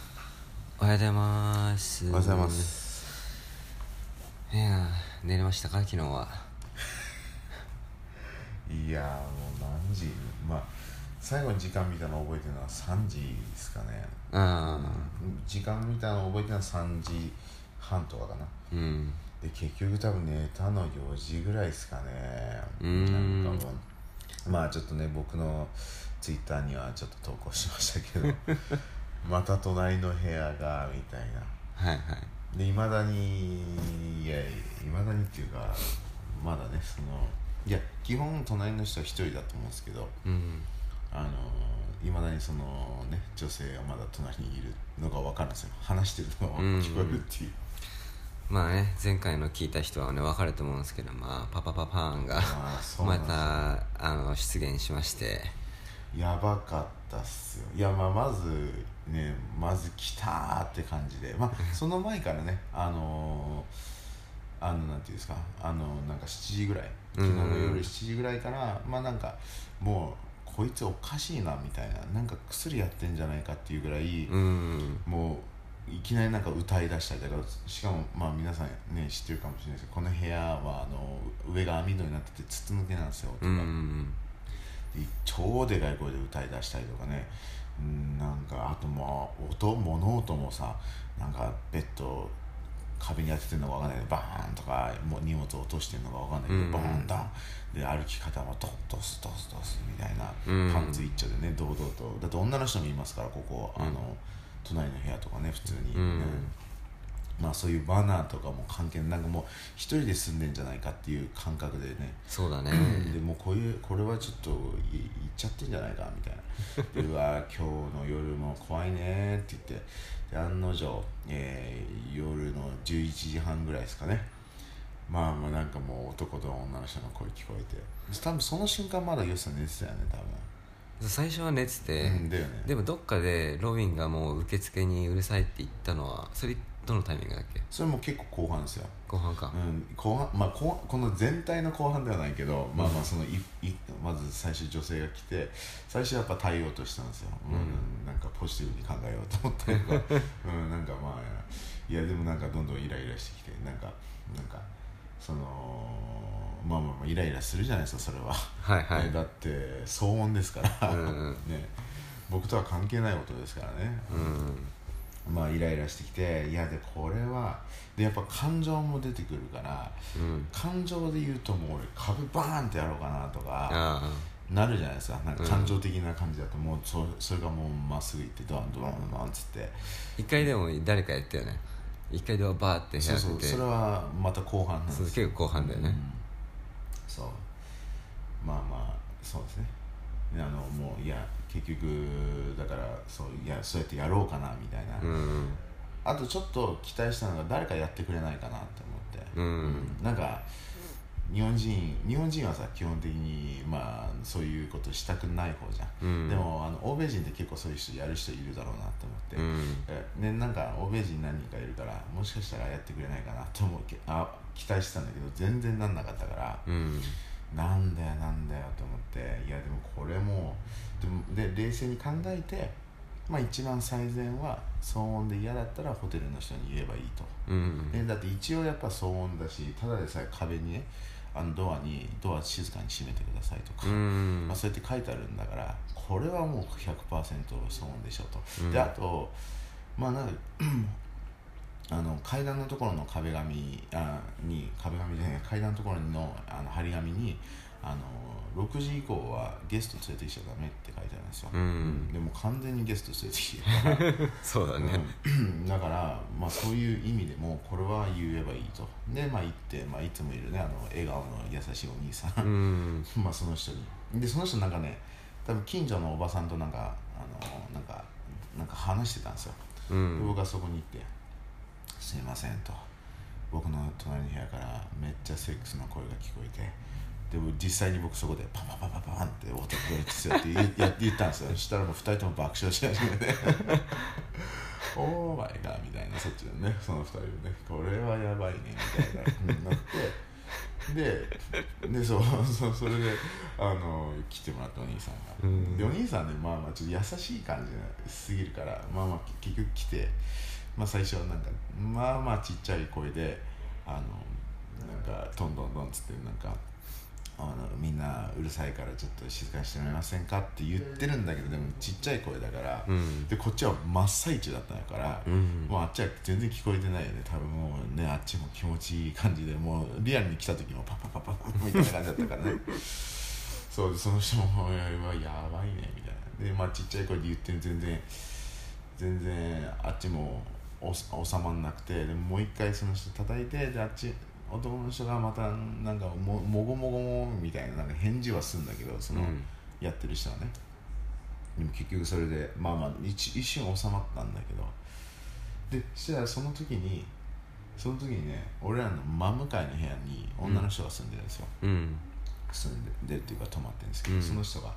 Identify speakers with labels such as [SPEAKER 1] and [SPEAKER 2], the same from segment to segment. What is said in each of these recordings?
[SPEAKER 1] うございます
[SPEAKER 2] おはようございます
[SPEAKER 1] いやー寝れましたか昨日はい
[SPEAKER 2] やーもう何時まあ最後に時間見たの覚えてるのは3時ですかね
[SPEAKER 1] うん
[SPEAKER 2] 時間見たの覚えてるのは3時半とかかな
[SPEAKER 1] うん
[SPEAKER 2] で結局多分寝たの4時ぐらいですかね
[SPEAKER 1] うーん
[SPEAKER 2] なんかもうまあちょっとね僕のツイッターにはちょっと投稿しましたけどまた隣の部屋がみたいな
[SPEAKER 1] はいはい
[SPEAKER 2] でいまだにいやいまだにっていうかまだねそのいや基本隣の人は一人だと思うんですけど
[SPEAKER 1] うん
[SPEAKER 2] あのいまだにそのね女性がまだ隣にいるのが分かるんですよ話してるのが聞こえるっていう
[SPEAKER 1] まあね前回の聞いた人はね分かると思うんですけどまあパパパパーンが
[SPEAKER 2] あーそうな
[SPEAKER 1] ま
[SPEAKER 2] んですよ
[SPEAKER 1] たあの出現しまして
[SPEAKER 2] やばかったっすよいやまあまずねまず来たーって感じでまあその前からねあのー、あのなんていうんですかあのなんか7時ぐらい昨日の
[SPEAKER 1] うんうん
[SPEAKER 2] 夜7時ぐらいからまあなんかもうこいつおかしいなみたいななんか薬やってんじゃないかっていうぐらい、
[SPEAKER 1] うん
[SPEAKER 2] もういきなりなんか歌いだしたりだからしかもまあ皆さんね知ってるかもしれないですけどこの部屋はあの上が網戸になってて筒抜けなんですよ
[SPEAKER 1] う
[SPEAKER 2] 音が。
[SPEAKER 1] ん
[SPEAKER 2] 超でかい声で歌い出したりとかねうんなんかあともう音物音もさなんかベッド壁に当ててるのかわかんないけどバーンとかもう荷物落としてるのかわかんないけど、
[SPEAKER 1] うん
[SPEAKER 2] バーンダンで歩き方もドスドスドスドスみたいな、
[SPEAKER 1] うん
[SPEAKER 2] パンツ一丁でね堂々とだって女の人もいますからここ、あの隣の部屋とかね普通に、
[SPEAKER 1] うん
[SPEAKER 2] まあそういうバナーとかも関係ないなんかもう一人で住んでんじゃないかっていう感覚でね
[SPEAKER 1] そうだね
[SPEAKER 2] でもうこういうこれはちょっといいっちゃってんじゃないかみた いなでうわ今日の夜も怖いねって言ってで案の定、えー夜の11時半ぐらいですかねまあまあなんかもう男と女の人の声聞こえて多分その瞬間まだよさん寝てたよね
[SPEAKER 1] 最初は寝て
[SPEAKER 2] 多
[SPEAKER 1] て、
[SPEAKER 2] 分、うん、だよね
[SPEAKER 1] でもどっかでロビンがもう受付にうるさいって言ったのはそれどのタイミングだっけ
[SPEAKER 2] それも結構後半ですよ
[SPEAKER 1] 後半か
[SPEAKER 2] うん、後半まあ後半この全体の後半ではないけど、まあまあそのいいまず最初女性が来て最初やっぱ対応としたんですよ、うん、なんかポジティブに考えようと思ったりと か、うん、なんかまあいやでもなんかどんどんイライラしてきてなんかなんかそのまあまあまあイライラするじゃないですかそれは、
[SPEAKER 1] はいはい、
[SPEAKER 2] ねだって騒音ですから、
[SPEAKER 1] うんうん
[SPEAKER 2] ね僕とは関係ないことですからね、
[SPEAKER 1] うん
[SPEAKER 2] まあイライラしてきていやでこれはでやっぱ感情も出てくるから
[SPEAKER 1] うん
[SPEAKER 2] 感情で言うともう俺壁バーンってやろうかなとか
[SPEAKER 1] ああ
[SPEAKER 2] なるじゃないですかなんか感情的な感じだともうそそれがもうまっすぐ行ってドンドンドンっつって
[SPEAKER 1] 一回でも誰かやったよね一回ではバーって
[SPEAKER 2] そう
[SPEAKER 1] 開
[SPEAKER 2] そ
[SPEAKER 1] く
[SPEAKER 2] う
[SPEAKER 1] て
[SPEAKER 2] それはまた後半なんです
[SPEAKER 1] そう結
[SPEAKER 2] よ
[SPEAKER 1] 構後半だよね
[SPEAKER 2] そうまあまあそうですねであのもういや結局だからそういやそうやってやろうかなみたいな、
[SPEAKER 1] うん
[SPEAKER 2] あとちょっと期待したのが誰かやってくれないかなって思って、
[SPEAKER 1] うん
[SPEAKER 2] なんか日本人日本人はさ基本的にまあそういうことしたくない方じゃん、
[SPEAKER 1] うん
[SPEAKER 2] でもあの欧米人って結構そういう人やる人いるだろうなって思って、
[SPEAKER 1] うん
[SPEAKER 2] えね、なんか欧米人何人かいるからもしかしたらやってくれないかなと思うけあ期待してたんだけど全然なんなかったから、
[SPEAKER 1] うん
[SPEAKER 2] なんだよなんだよと思っていやでもこれもうでもで冷静に考えて、まあ、一番最善は騒音で嫌だったらホテルの人に言えばいいと、
[SPEAKER 1] うん
[SPEAKER 2] ねだって一応やっぱ騒音だしただでさえ壁にねあのドアにドア静かに閉めてくださいとか、
[SPEAKER 1] うん
[SPEAKER 2] まあ、そうやって書いてあるんだからこれはもう100%騒音でしょと、であとまあなんかあの階段のところの壁紙あに壁紙じゃない階段のところのあの張り紙にあの6時以降はゲスト連れてきちゃダメって書いてあるんですよ、
[SPEAKER 1] うん
[SPEAKER 2] でも完全にゲスト連れてきてる
[SPEAKER 1] そうだね
[SPEAKER 2] うん、 だから、まあ、そういう意味でもこれは言えばいいとで、まあ、行って、まあ、いつもいるねあの笑顔の優しいお兄さん
[SPEAKER 1] うん
[SPEAKER 2] まあその人にでその人なんかね多分近所のおばさんとなんかあのなんかなんか話してたんですよ、
[SPEAKER 1] う
[SPEAKER 2] で
[SPEAKER 1] ん
[SPEAKER 2] 僕はそこに行って「すいません」と僕の隣の部屋からめっちゃセックスの声が聞こえてでも実際に僕そこでパンパンパンパンパンって音がするって言ってや言ったんですよそしたらもう2人とも爆笑し始めて 「オーマイガー」みたいなそっちでねその2人でね「これはやばいね」みたいななって。ででそうそうそれであの来てもらったお兄さんが、
[SPEAKER 1] うん
[SPEAKER 2] でお兄さんねまあまあちょっと優しい感じがすぎるからまあまあ結局来てまあ、最初はなんかまあまあちっちゃい声であのなんかトントントンっつってなんかあのみんなうるさいからちょっと静かにしてもらえませんかって言ってるんだけどでもちっちゃい声だから、
[SPEAKER 1] うん
[SPEAKER 2] でこっちは真っ最中だったから、
[SPEAKER 1] うん
[SPEAKER 2] もうあっちは全然聞こえてないよね多分もうねあっちも気持ちいい感じでもうリアルに来た時もパパパパパみたいな感じだったからねそうその人も 「おいおいおいやばいね」みたいなでまあちっちゃい声で言って全然全然あっちもお収まんなくてでもう一回その人叩いてであっち男の人がまたなんかももごもごもみたいななんか返事はするんだけどその、
[SPEAKER 1] うん
[SPEAKER 2] やってる人はねでも結局それでまあまあ一一瞬収まったんだけどでそしたらその時にその時にね俺らの真向かいの部屋に女の人が住んでるんですよ、
[SPEAKER 1] うん
[SPEAKER 2] 住んででるっていうか泊まってるんですけど、
[SPEAKER 1] うん
[SPEAKER 2] その人が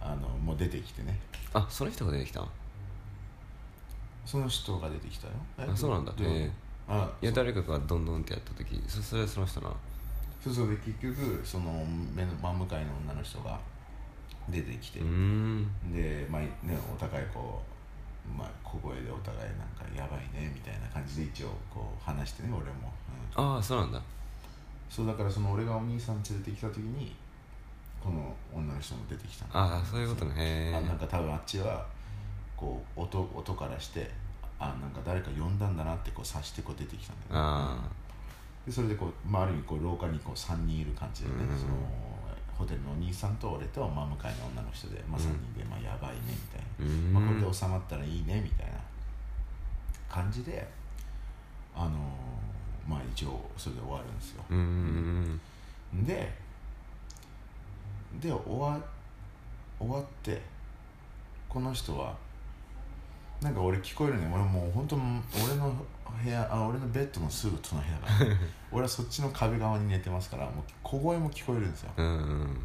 [SPEAKER 2] あのもう出てきてね
[SPEAKER 1] あその人が出てきたの
[SPEAKER 2] その人が出てきたよえ
[SPEAKER 1] あそうなんだ
[SPEAKER 2] どう
[SPEAKER 1] え
[SPEAKER 2] あ
[SPEAKER 1] えいや誰かがどんどんってやった時そそれはその人なの
[SPEAKER 2] そうそうで結局その目の真向かいの女の人が出てきて、
[SPEAKER 1] うーん
[SPEAKER 2] で、まあね、お互いこう、まあ、小声でお互いなんかやばいねみたいな感じで一応こう話してね俺も、うん
[SPEAKER 1] ああそうなんだ
[SPEAKER 2] そうだからその俺がお兄さん連れてきた時にこの女の人も出てきたの
[SPEAKER 1] ああそういうことねへ
[SPEAKER 2] あなん
[SPEAKER 1] え
[SPEAKER 2] か多分あっちはこう音音からしてあなんか誰か呼んだんだなってこう察してこう出てきたんだよね、
[SPEAKER 1] あ
[SPEAKER 2] でそれでこう、まあ、ある意味こう廊下にこう3人いる感じでね、
[SPEAKER 1] うん
[SPEAKER 2] そのホテルのお兄さんと俺と真向かいの女の人で、まあ、3人で、まあ、やばいねみたいな
[SPEAKER 1] あうーん
[SPEAKER 2] まあ、これで収まったらいいねみたいな感じであのーまあ一応それで終わるんですよ
[SPEAKER 1] うーん
[SPEAKER 2] でで終わ終わってこの人はなんか俺聞こえるね俺もう本当俺の部屋あ俺のベッドのすぐ隣だから俺はそっちの壁側に寝てますからもう小声も聞こえるんですよ
[SPEAKER 1] うんうん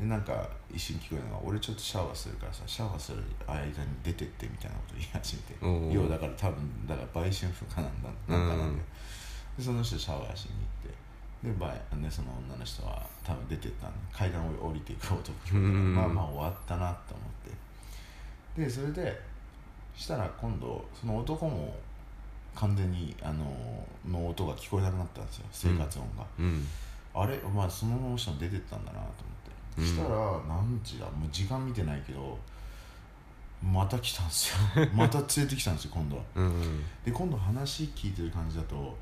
[SPEAKER 2] でなんか一瞬聞こえるのが俺ちょっとシャワーするからさシャワーする間に出てってみたいなこと言い始
[SPEAKER 1] おうお
[SPEAKER 2] め
[SPEAKER 1] う
[SPEAKER 2] て要はだから多分だから売春婦かなんだなんかなんだよ、
[SPEAKER 1] うん
[SPEAKER 2] でその人シャワーしに行ってでバイねその女の人は多分出てったんで階段を降りていく音が聞こえたから、
[SPEAKER 1] うん
[SPEAKER 2] まあまあ終わったなと思ってでそれでしたら今度その男も完全にあのの音が聞こえなくなったんですよ生活音が、
[SPEAKER 1] うん
[SPEAKER 2] あれまあそのまましたの出てったんだなと思って
[SPEAKER 1] うん
[SPEAKER 2] したら何時だもう時間見てないけどまた来たんです よまた連れてきたんですよ今度は
[SPEAKER 1] うんうん
[SPEAKER 2] で今度話聞いてる感じだと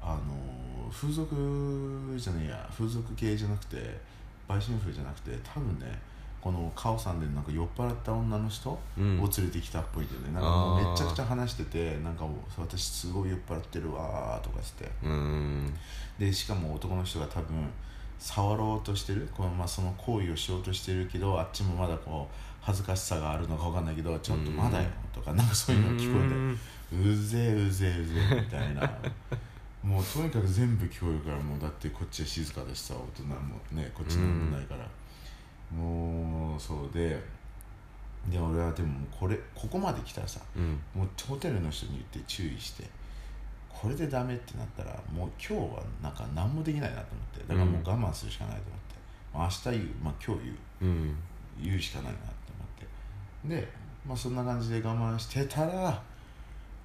[SPEAKER 2] あの風俗じゃねえや風俗系じゃなくて売春婦じゃなくて多分ねこのカオさんでなんか酔っ払った女の人を
[SPEAKER 1] うん
[SPEAKER 2] 連れてきたっぽいんだよね、なんかも
[SPEAKER 1] あ
[SPEAKER 2] う
[SPEAKER 1] ー
[SPEAKER 2] めちゃくちゃ話しててなんかもう私すごい酔っ払ってるわーとかつって
[SPEAKER 1] うん
[SPEAKER 2] でしかも男の人が多分触ろうとしてるこの、まあ、その行為をしようとしてるけどあっちもまだこう恥ずかしさがあるのか分かんないけどちょっとまだよとかなんかそういうのが聞こえてうぜえうぜえうぜえみたいなもうとにかく全部聞こえるからもうだってこっちは静かでした大人もねこっちなんもないから、もうそうでで俺はでももうこれここまで来たらさ
[SPEAKER 1] うん
[SPEAKER 2] もうホテルの人に言って注意してこれでダメってなったらもう今日はなんか何もできないなと思ってだからもう我慢するしかないと思って、まあ明日言う、まあ、今日言う
[SPEAKER 1] うん
[SPEAKER 2] 言うしかないなって思ってで、まあ、そんな感じで我慢してたら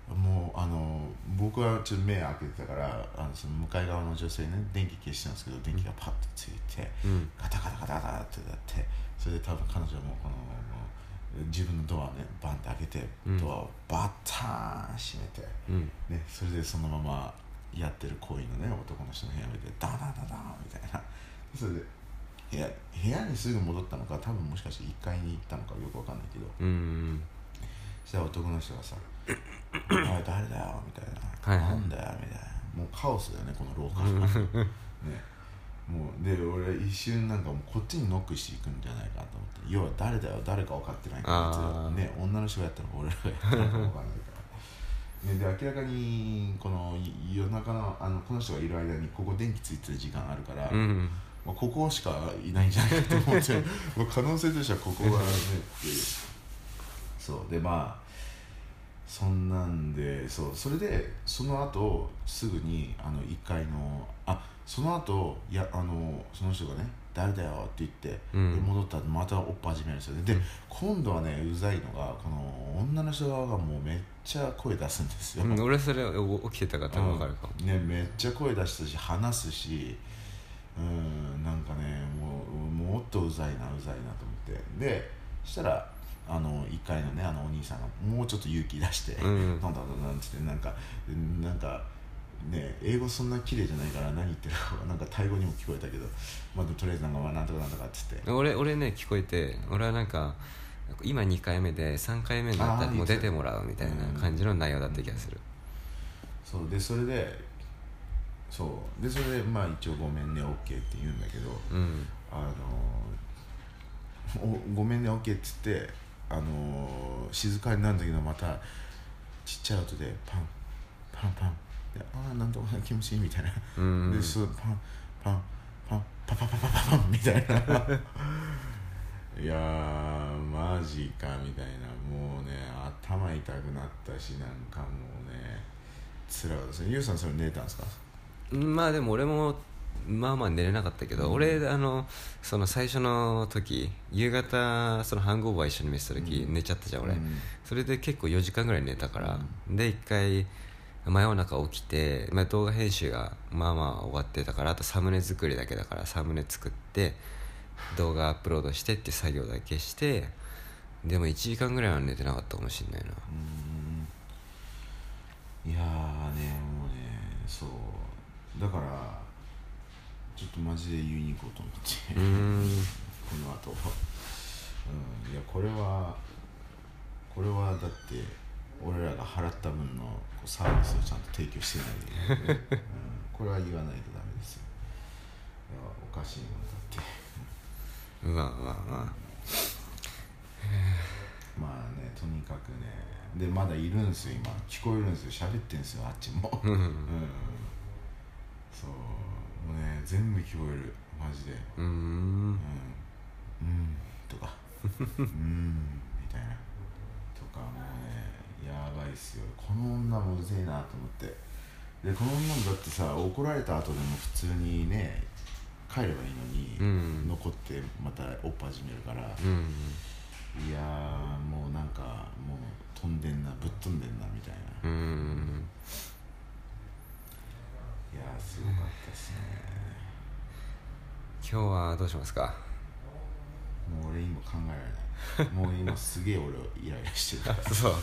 [SPEAKER 2] もうあの僕はちょっと目開けてたからあのその向かい側の女性ね電気消してたんですけど電気がパッとついて、
[SPEAKER 1] うん
[SPEAKER 2] ガタガタガタガタってなってそれで多分彼女もこのもう自分のドアねバンって開けて
[SPEAKER 1] うん
[SPEAKER 2] ドアをバターン閉めて、
[SPEAKER 1] うん
[SPEAKER 2] ね、それでそのままやってる行為のね男の人の部屋見てダンダンダンダンみたいなそれで部屋部屋にすぐ戻ったのか多分もしかして1階に行ったのかよくわかんないけど
[SPEAKER 1] うん
[SPEAKER 2] そしたら男の 人がさ「お前誰だよ」みたいな「
[SPEAKER 1] はいはい
[SPEAKER 2] なんだよ」みたいなもうカオスだよねこの廊下 がねもうで俺一瞬なんかもうこっちにノックしていくんじゃないかと思って要は誰だよ誰か分かってないから
[SPEAKER 1] あー
[SPEAKER 2] ね女の人がやったのか俺らがやったのか分かんないから、ね、で明らかにこの夜中のあのこの人がいる間にここ電気ついてる時間あるから、
[SPEAKER 1] うん
[SPEAKER 2] まあ、ここしかいないんじゃないかと思 ってまあ可能性としてはここがねっていうそうでまあそんなんでそうそれでその後すぐにあの1階のあその後いやあのその人がね誰だよって言って、
[SPEAKER 1] うん
[SPEAKER 2] で戻ったらまた追っ始めるんですよね
[SPEAKER 1] う
[SPEAKER 2] で、
[SPEAKER 1] ん
[SPEAKER 2] 今度はねうざいのがこの女の人側がもうめっちゃ声出すんですよ、
[SPEAKER 1] うん、俺それお起きてたから多分わかるかも、
[SPEAKER 2] ねめっちゃ声出したし話すしうんなんかねもうもっとうざいなうざいなと思ってでそしたらあの1階のねあのお兄さんがもうちょっと勇気出して、
[SPEAKER 1] うん
[SPEAKER 2] なんだなんだなんつってなんかうんなんかね英語そんな綺麗じゃないから何言ってるかなんかタイ語にも聞こえたけど、まあ、とりあえずなんかまあなんとかなんとかっつって
[SPEAKER 1] 俺俺ね聞こえて俺はなんか今2回目で3回目になったら
[SPEAKER 2] あー
[SPEAKER 1] もう出てもらうみたいな感じの内容だった気がする、
[SPEAKER 2] そうでそれでそうでそれでまあ一応ごめんね OK って言うんだけど、
[SPEAKER 1] うん
[SPEAKER 2] あのーおごめんね OK っつって、あのー静かになるんだけどまたちっちゃい音でパンパンパンでああなんとか気持ちいいみたいな、
[SPEAKER 1] うん
[SPEAKER 2] でそうパンパンパンパンパンパンパンパンパンみたいな いやーマジかみたいなもうね頭痛くなったしなんかもうね辛かったですねゆうさんそれ寝たんですか
[SPEAKER 1] まあでも俺もまあまあ寝れなかったけど、
[SPEAKER 2] うん
[SPEAKER 1] 俺あのその最初の時夕方そのハングオーバー一緒に見せた時、
[SPEAKER 2] うん
[SPEAKER 1] 寝ちゃったじゃん俺、
[SPEAKER 2] うん
[SPEAKER 1] それで結構4時間ぐらい寝たから、で1回真夜中起きて、まあ、動画編集がまあまあ終わってたからあとサムネ作りだけだからサムネ作って動画アップロードしてって作業だけしてでも1時間ぐらいは寝てなかったかもしんないな
[SPEAKER 2] うーんいやーねもうねそうだからちょっとマジで言いに行こうと思って、
[SPEAKER 1] うーん
[SPEAKER 2] この後うんいやこれはこれはだって俺らが払った分のこうサービスをちゃんと提供してないで、 うん、これは言わないとダメですよいやおかしいもんだって
[SPEAKER 1] うわうわうわ
[SPEAKER 2] まあねとにかくねでまだいるんですよ今聞こえるんですよ喋ってんですよあっちも
[SPEAKER 1] うん
[SPEAKER 2] うんそうもうね全部聞こえるマジで
[SPEAKER 1] うーん
[SPEAKER 2] うんうんとかうんみたいなとかもうねやばいっすよこの女もうぜえなと思ってでこの女もだってさ怒られた後でも普通にね帰ればいいうのに、
[SPEAKER 1] ん
[SPEAKER 2] 残ってまた追っ始めるから、
[SPEAKER 1] うん
[SPEAKER 2] いやーもうなんかもう飛んでんなぶっ飛んでんなみたいな、
[SPEAKER 1] うーん
[SPEAKER 2] いやーすごかったっすね
[SPEAKER 1] 今日はどうしますか
[SPEAKER 2] もう俺今考えられないもう今すげえ俺イライラし てるからも
[SPEAKER 1] そう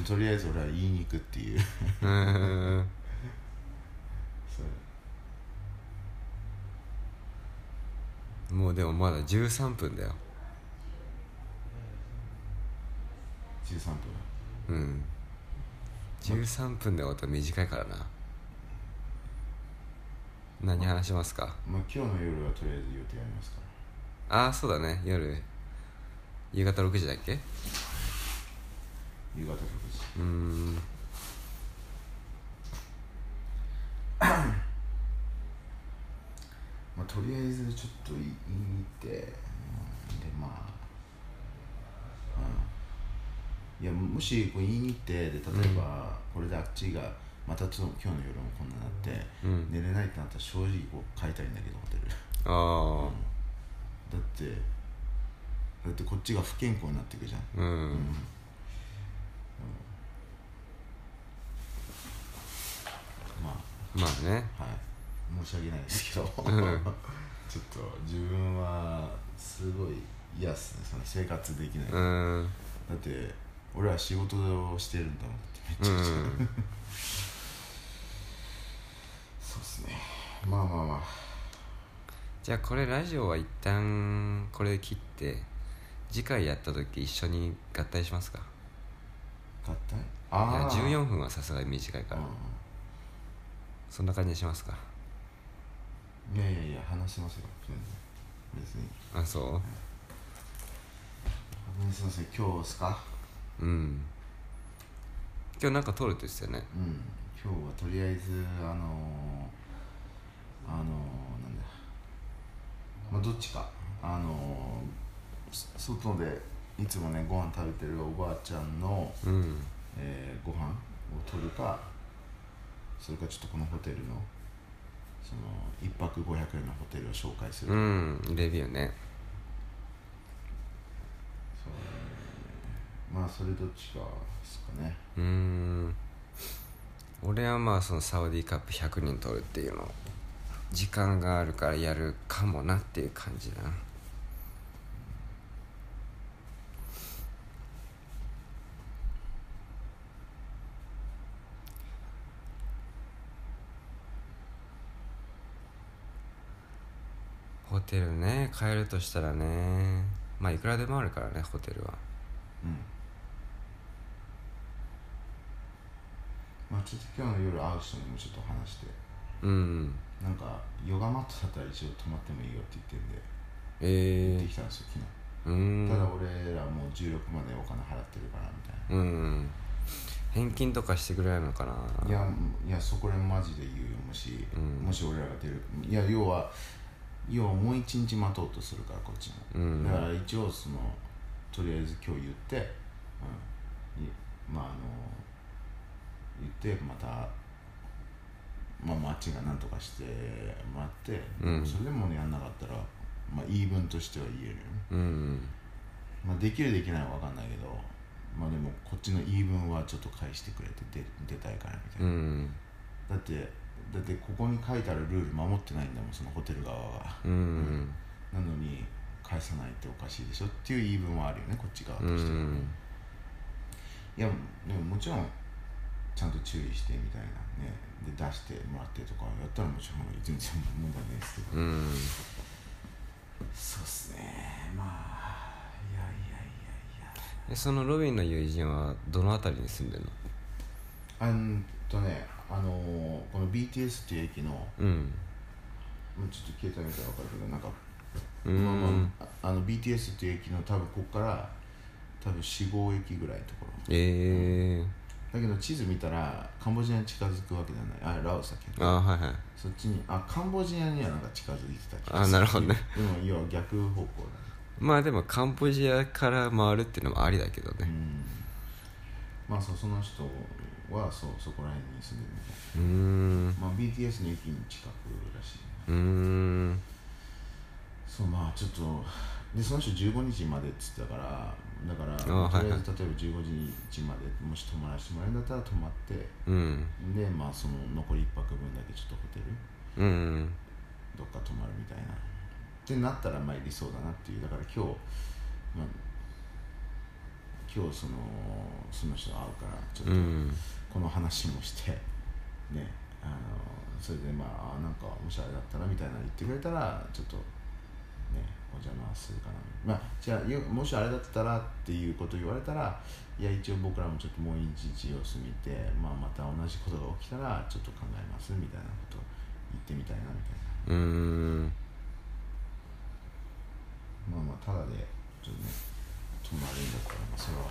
[SPEAKER 2] うとりあえず俺は言いに行くっていう
[SPEAKER 1] うーん
[SPEAKER 2] そう
[SPEAKER 1] もうでもまだ13分だよ
[SPEAKER 2] 13分
[SPEAKER 1] うん13分で終わったら短いからな何話しますか
[SPEAKER 2] まあ今日の夜はとりあえず予定ありますか
[SPEAKER 1] ああそうだね夜夕方6時だっけ
[SPEAKER 2] ら夕方6時
[SPEAKER 1] うーん
[SPEAKER 2] まあとりあえずちょっとい言いに行って、うん、でまあうんいやもしこう言いに行ってで例えばこれであっちがまたその今日の夜もこんなになって、
[SPEAKER 1] うん
[SPEAKER 2] 寝れないってなったら正直こう変えたいんだけどホテル
[SPEAKER 1] ああ
[SPEAKER 2] だってだってこっちが不健康になっていくじゃん
[SPEAKER 1] うん、
[SPEAKER 2] まあ
[SPEAKER 1] まあね
[SPEAKER 2] はい申し訳ないですけど
[SPEAKER 1] ん
[SPEAKER 2] ちょっと自分はすごい嫌っすねその生活できない、
[SPEAKER 1] う
[SPEAKER 2] だ
[SPEAKER 1] ーん
[SPEAKER 2] って俺は仕事をしてるんだもんってめっ
[SPEAKER 1] う
[SPEAKER 2] ちゃく
[SPEAKER 1] ん
[SPEAKER 2] ちゃ、そうっすねまあまあまあ
[SPEAKER 1] じゃあこれラジオは一旦これで切って次回やった時一緒に合体しますか
[SPEAKER 2] 合体
[SPEAKER 1] いや
[SPEAKER 2] ああ
[SPEAKER 1] 14分はさすがに短いから、
[SPEAKER 2] う
[SPEAKER 1] そんな感じにしますか
[SPEAKER 2] んいやいやいや話しますよ全然別に
[SPEAKER 1] あそ
[SPEAKER 2] 話しますよ今日っすか
[SPEAKER 1] ううん今日なんか撮るって言ってたよね
[SPEAKER 2] うん今日はとりあえずあのー、あのー、なんだまあどっちかあのー、そ外でいつもねご飯食べてるおばあちゃんの、
[SPEAKER 1] うん
[SPEAKER 2] えー、ご飯を取るかそれかちょっとこのホテルのその1泊500円のホテルを紹介する、
[SPEAKER 1] うんレビューね
[SPEAKER 2] そうまあそれどっちかですかね
[SPEAKER 1] うーん俺はまあそのサウディカップ100人取るっていうのを時間があるからやるかもなっていう感じだなホテルね変えるとしたらねまあいくらでもあるからねホテルは
[SPEAKER 2] うんまあちょっと今日の夜会う人にもちょっと話して
[SPEAKER 1] うん
[SPEAKER 2] なんかヨガマットだったら一応泊まってもいいよって言ってんで行
[SPEAKER 1] え
[SPEAKER 2] って
[SPEAKER 1] え
[SPEAKER 2] きたんですよ昨日
[SPEAKER 1] うーん
[SPEAKER 2] ただ俺らもう16までお金払ってるからみたいな
[SPEAKER 1] うん返金とかしてくれないのかない
[SPEAKER 2] やいやそこら辺マジで言うよもし、
[SPEAKER 1] うん
[SPEAKER 2] もし俺らが出るいや要は要はもう一日待とうとするからこっちも、
[SPEAKER 1] うん
[SPEAKER 2] だから一応そのとりあえず今日言って、うん、いまああの言ってまたまあまああっちが何とかしてもらって、
[SPEAKER 1] うん
[SPEAKER 2] それでもやんなかったらまあ言い分としては言えるよね、
[SPEAKER 1] うん
[SPEAKER 2] まあ、できるできないは分かんないけどまあでもこっちの言い分はちょっと返してくれて出出たいからみたいな
[SPEAKER 1] う、ん
[SPEAKER 2] だってだってここに書いてあるルール守ってないんだもんそのホテル側が
[SPEAKER 1] うん
[SPEAKER 2] なのに返さないっておかしいでしょっていう言い分はあるよねこっち側と
[SPEAKER 1] う
[SPEAKER 2] しては、
[SPEAKER 1] ん
[SPEAKER 2] いやでももちろんちゃんと注意してみたいなねで出してもらってとかやったらもちろん全然問題ないですけど
[SPEAKER 1] うん
[SPEAKER 2] そうっすねまあいやいやいやいや
[SPEAKER 1] えそのロビンの友人はどの辺りに住んでんの
[SPEAKER 2] あんとねあのーこの BTS っていう駅のも
[SPEAKER 1] うん
[SPEAKER 2] うちょっと携帯見たら分かるけどなんか
[SPEAKER 1] うん
[SPEAKER 2] まあまあ、あの BTS っていう駅の多分ここから多分45駅ぐらいのところ
[SPEAKER 1] ええ
[SPEAKER 2] だけど地図見たらカンボジアに近づくわけじゃないあラオスだっけ
[SPEAKER 1] あはいはい
[SPEAKER 2] そっちにあカンボジアにはなんか近づいてた気
[SPEAKER 1] あなるほどね
[SPEAKER 2] でも要は逆方向
[SPEAKER 1] まあでもカンボジアから回るっていうのもありだけど
[SPEAKER 2] だねう
[SPEAKER 1] ね
[SPEAKER 2] んまあそうその人はそうそこら辺に住んでるみた
[SPEAKER 1] う
[SPEAKER 2] い
[SPEAKER 1] ん
[SPEAKER 2] まあ BTS の駅の近くらしいね
[SPEAKER 1] うん
[SPEAKER 2] そうまあちょっとでその人15日までっつってたからだから
[SPEAKER 1] あはい
[SPEAKER 2] とりあえず例えば15日までもし泊まらせてもらえるんだったら泊まって
[SPEAKER 1] うん
[SPEAKER 2] でまあその残り1泊分だけちょっとホテル
[SPEAKER 1] うん
[SPEAKER 2] どっか泊まるみたいなってなったらまあ理想だなっていうだから今日、まあ、今日そのその人と会うからちょっ
[SPEAKER 1] う
[SPEAKER 2] と
[SPEAKER 1] ん
[SPEAKER 2] この話もしてねあのそれでまああなんかもしあれだったらみたいなの言ってくれたらちょっとねお邪魔するかなまあじゃあよもしあれだったらっていうこと言われたらいや一応僕らもちょっともう一日様子見て、まあ、また同じことが起きたらちょっと考えますみたいなこと言ってみたいなみたいな
[SPEAKER 1] うん
[SPEAKER 2] まあまあただでちょっとね泊まるんだったらまあそれは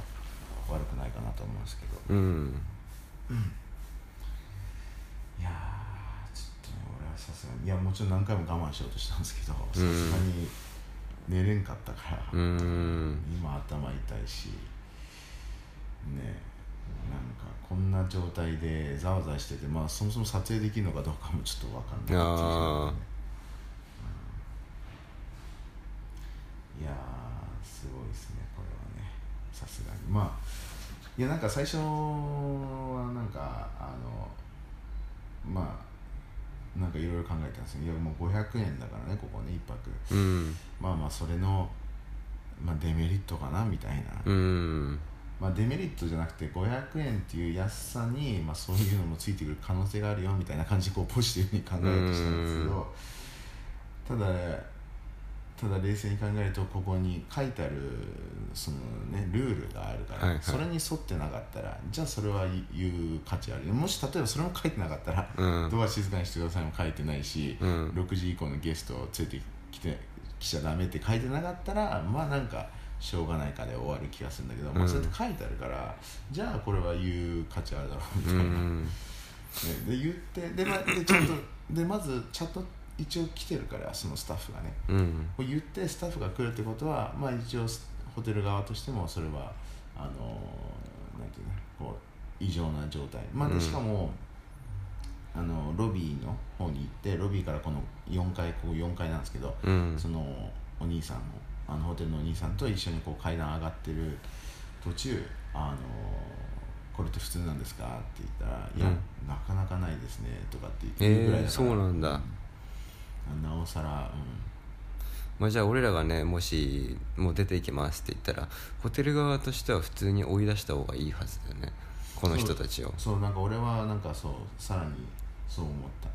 [SPEAKER 2] 悪くないかなと思うんですけど
[SPEAKER 1] うん
[SPEAKER 2] いやーちょっとね俺はさすがにいやもちろん何回も我慢しようとしたんですけどさすがに寝れんかったから、
[SPEAKER 1] うん
[SPEAKER 2] 今頭痛いしねなんかこんな状態でざわざわしててまあそもそも撮影できるのかどうかもちょっと分かんないっていう状況でねうんいやーすごいですねこれはねさすがにまあいやなんか最初はなんかあのまあなんかいろいろ考えたんですけどいやもう500円だからねここね1泊
[SPEAKER 1] うん
[SPEAKER 2] まあまあそれの、まあ、デメリットかなみたいな、
[SPEAKER 1] うん
[SPEAKER 2] まあ、デメリットじゃなくて500円っていう安さに、まあ、そういうのもついてくる可能性があるよみたいな感じでこうポジティブに考えようとしたんですけどただただ冷静に考えるとここに書いてあるその、ね、ルールがあるから、
[SPEAKER 1] はいはい
[SPEAKER 2] それに沿ってなかったらじゃあそれは言う価値あるもし例えばそれも書いてなかったら、
[SPEAKER 1] うん
[SPEAKER 2] ドア静かにしてくださいも書いてないし、
[SPEAKER 1] うん
[SPEAKER 2] 6時以降のゲストを連れてきてきちゃダメって書いてなかったらまあなんかしょうがないかで終わる気がするんだけど、ま
[SPEAKER 1] う
[SPEAKER 2] あ、
[SPEAKER 1] ん
[SPEAKER 2] それって書いてあるからじゃあこれは言う価値あるだろうみた
[SPEAKER 1] う
[SPEAKER 2] いな、ね、
[SPEAKER 1] ん
[SPEAKER 2] で言ってで,、ま、でちゃんとでまずちゃんと一応来てるからそのスタッフがね
[SPEAKER 1] うん
[SPEAKER 2] こう言ってスタッフが来るってことは、まあ、一応ホテル側としてもそれはあのなんていうのこう異常な状態まあ
[SPEAKER 1] う
[SPEAKER 2] で
[SPEAKER 1] ん
[SPEAKER 2] しかも、あのロビーの方に行ってロビーからこの4階ここ4階なんですけど、
[SPEAKER 1] うん
[SPEAKER 2] そのお兄さんもあのホテルのお兄さんと一緒にこう階段上がってる途中「あのこれって普通なんですか?」って言ったら「いや、
[SPEAKER 1] う
[SPEAKER 2] なかなかないですね」とかって言ってるぐらい
[SPEAKER 1] えー、
[SPEAKER 2] だか
[SPEAKER 1] そ
[SPEAKER 2] ら、
[SPEAKER 1] うなんだ、
[SPEAKER 2] なおさら、
[SPEAKER 1] まあ、じゃあ俺らがねもしもう出ていきますって言ったらホテル側としては普通に追い出した方がいいはずだよねこの人たち
[SPEAKER 2] う
[SPEAKER 1] を
[SPEAKER 2] ん、そうなんか俺はなんかそうさらにそう思った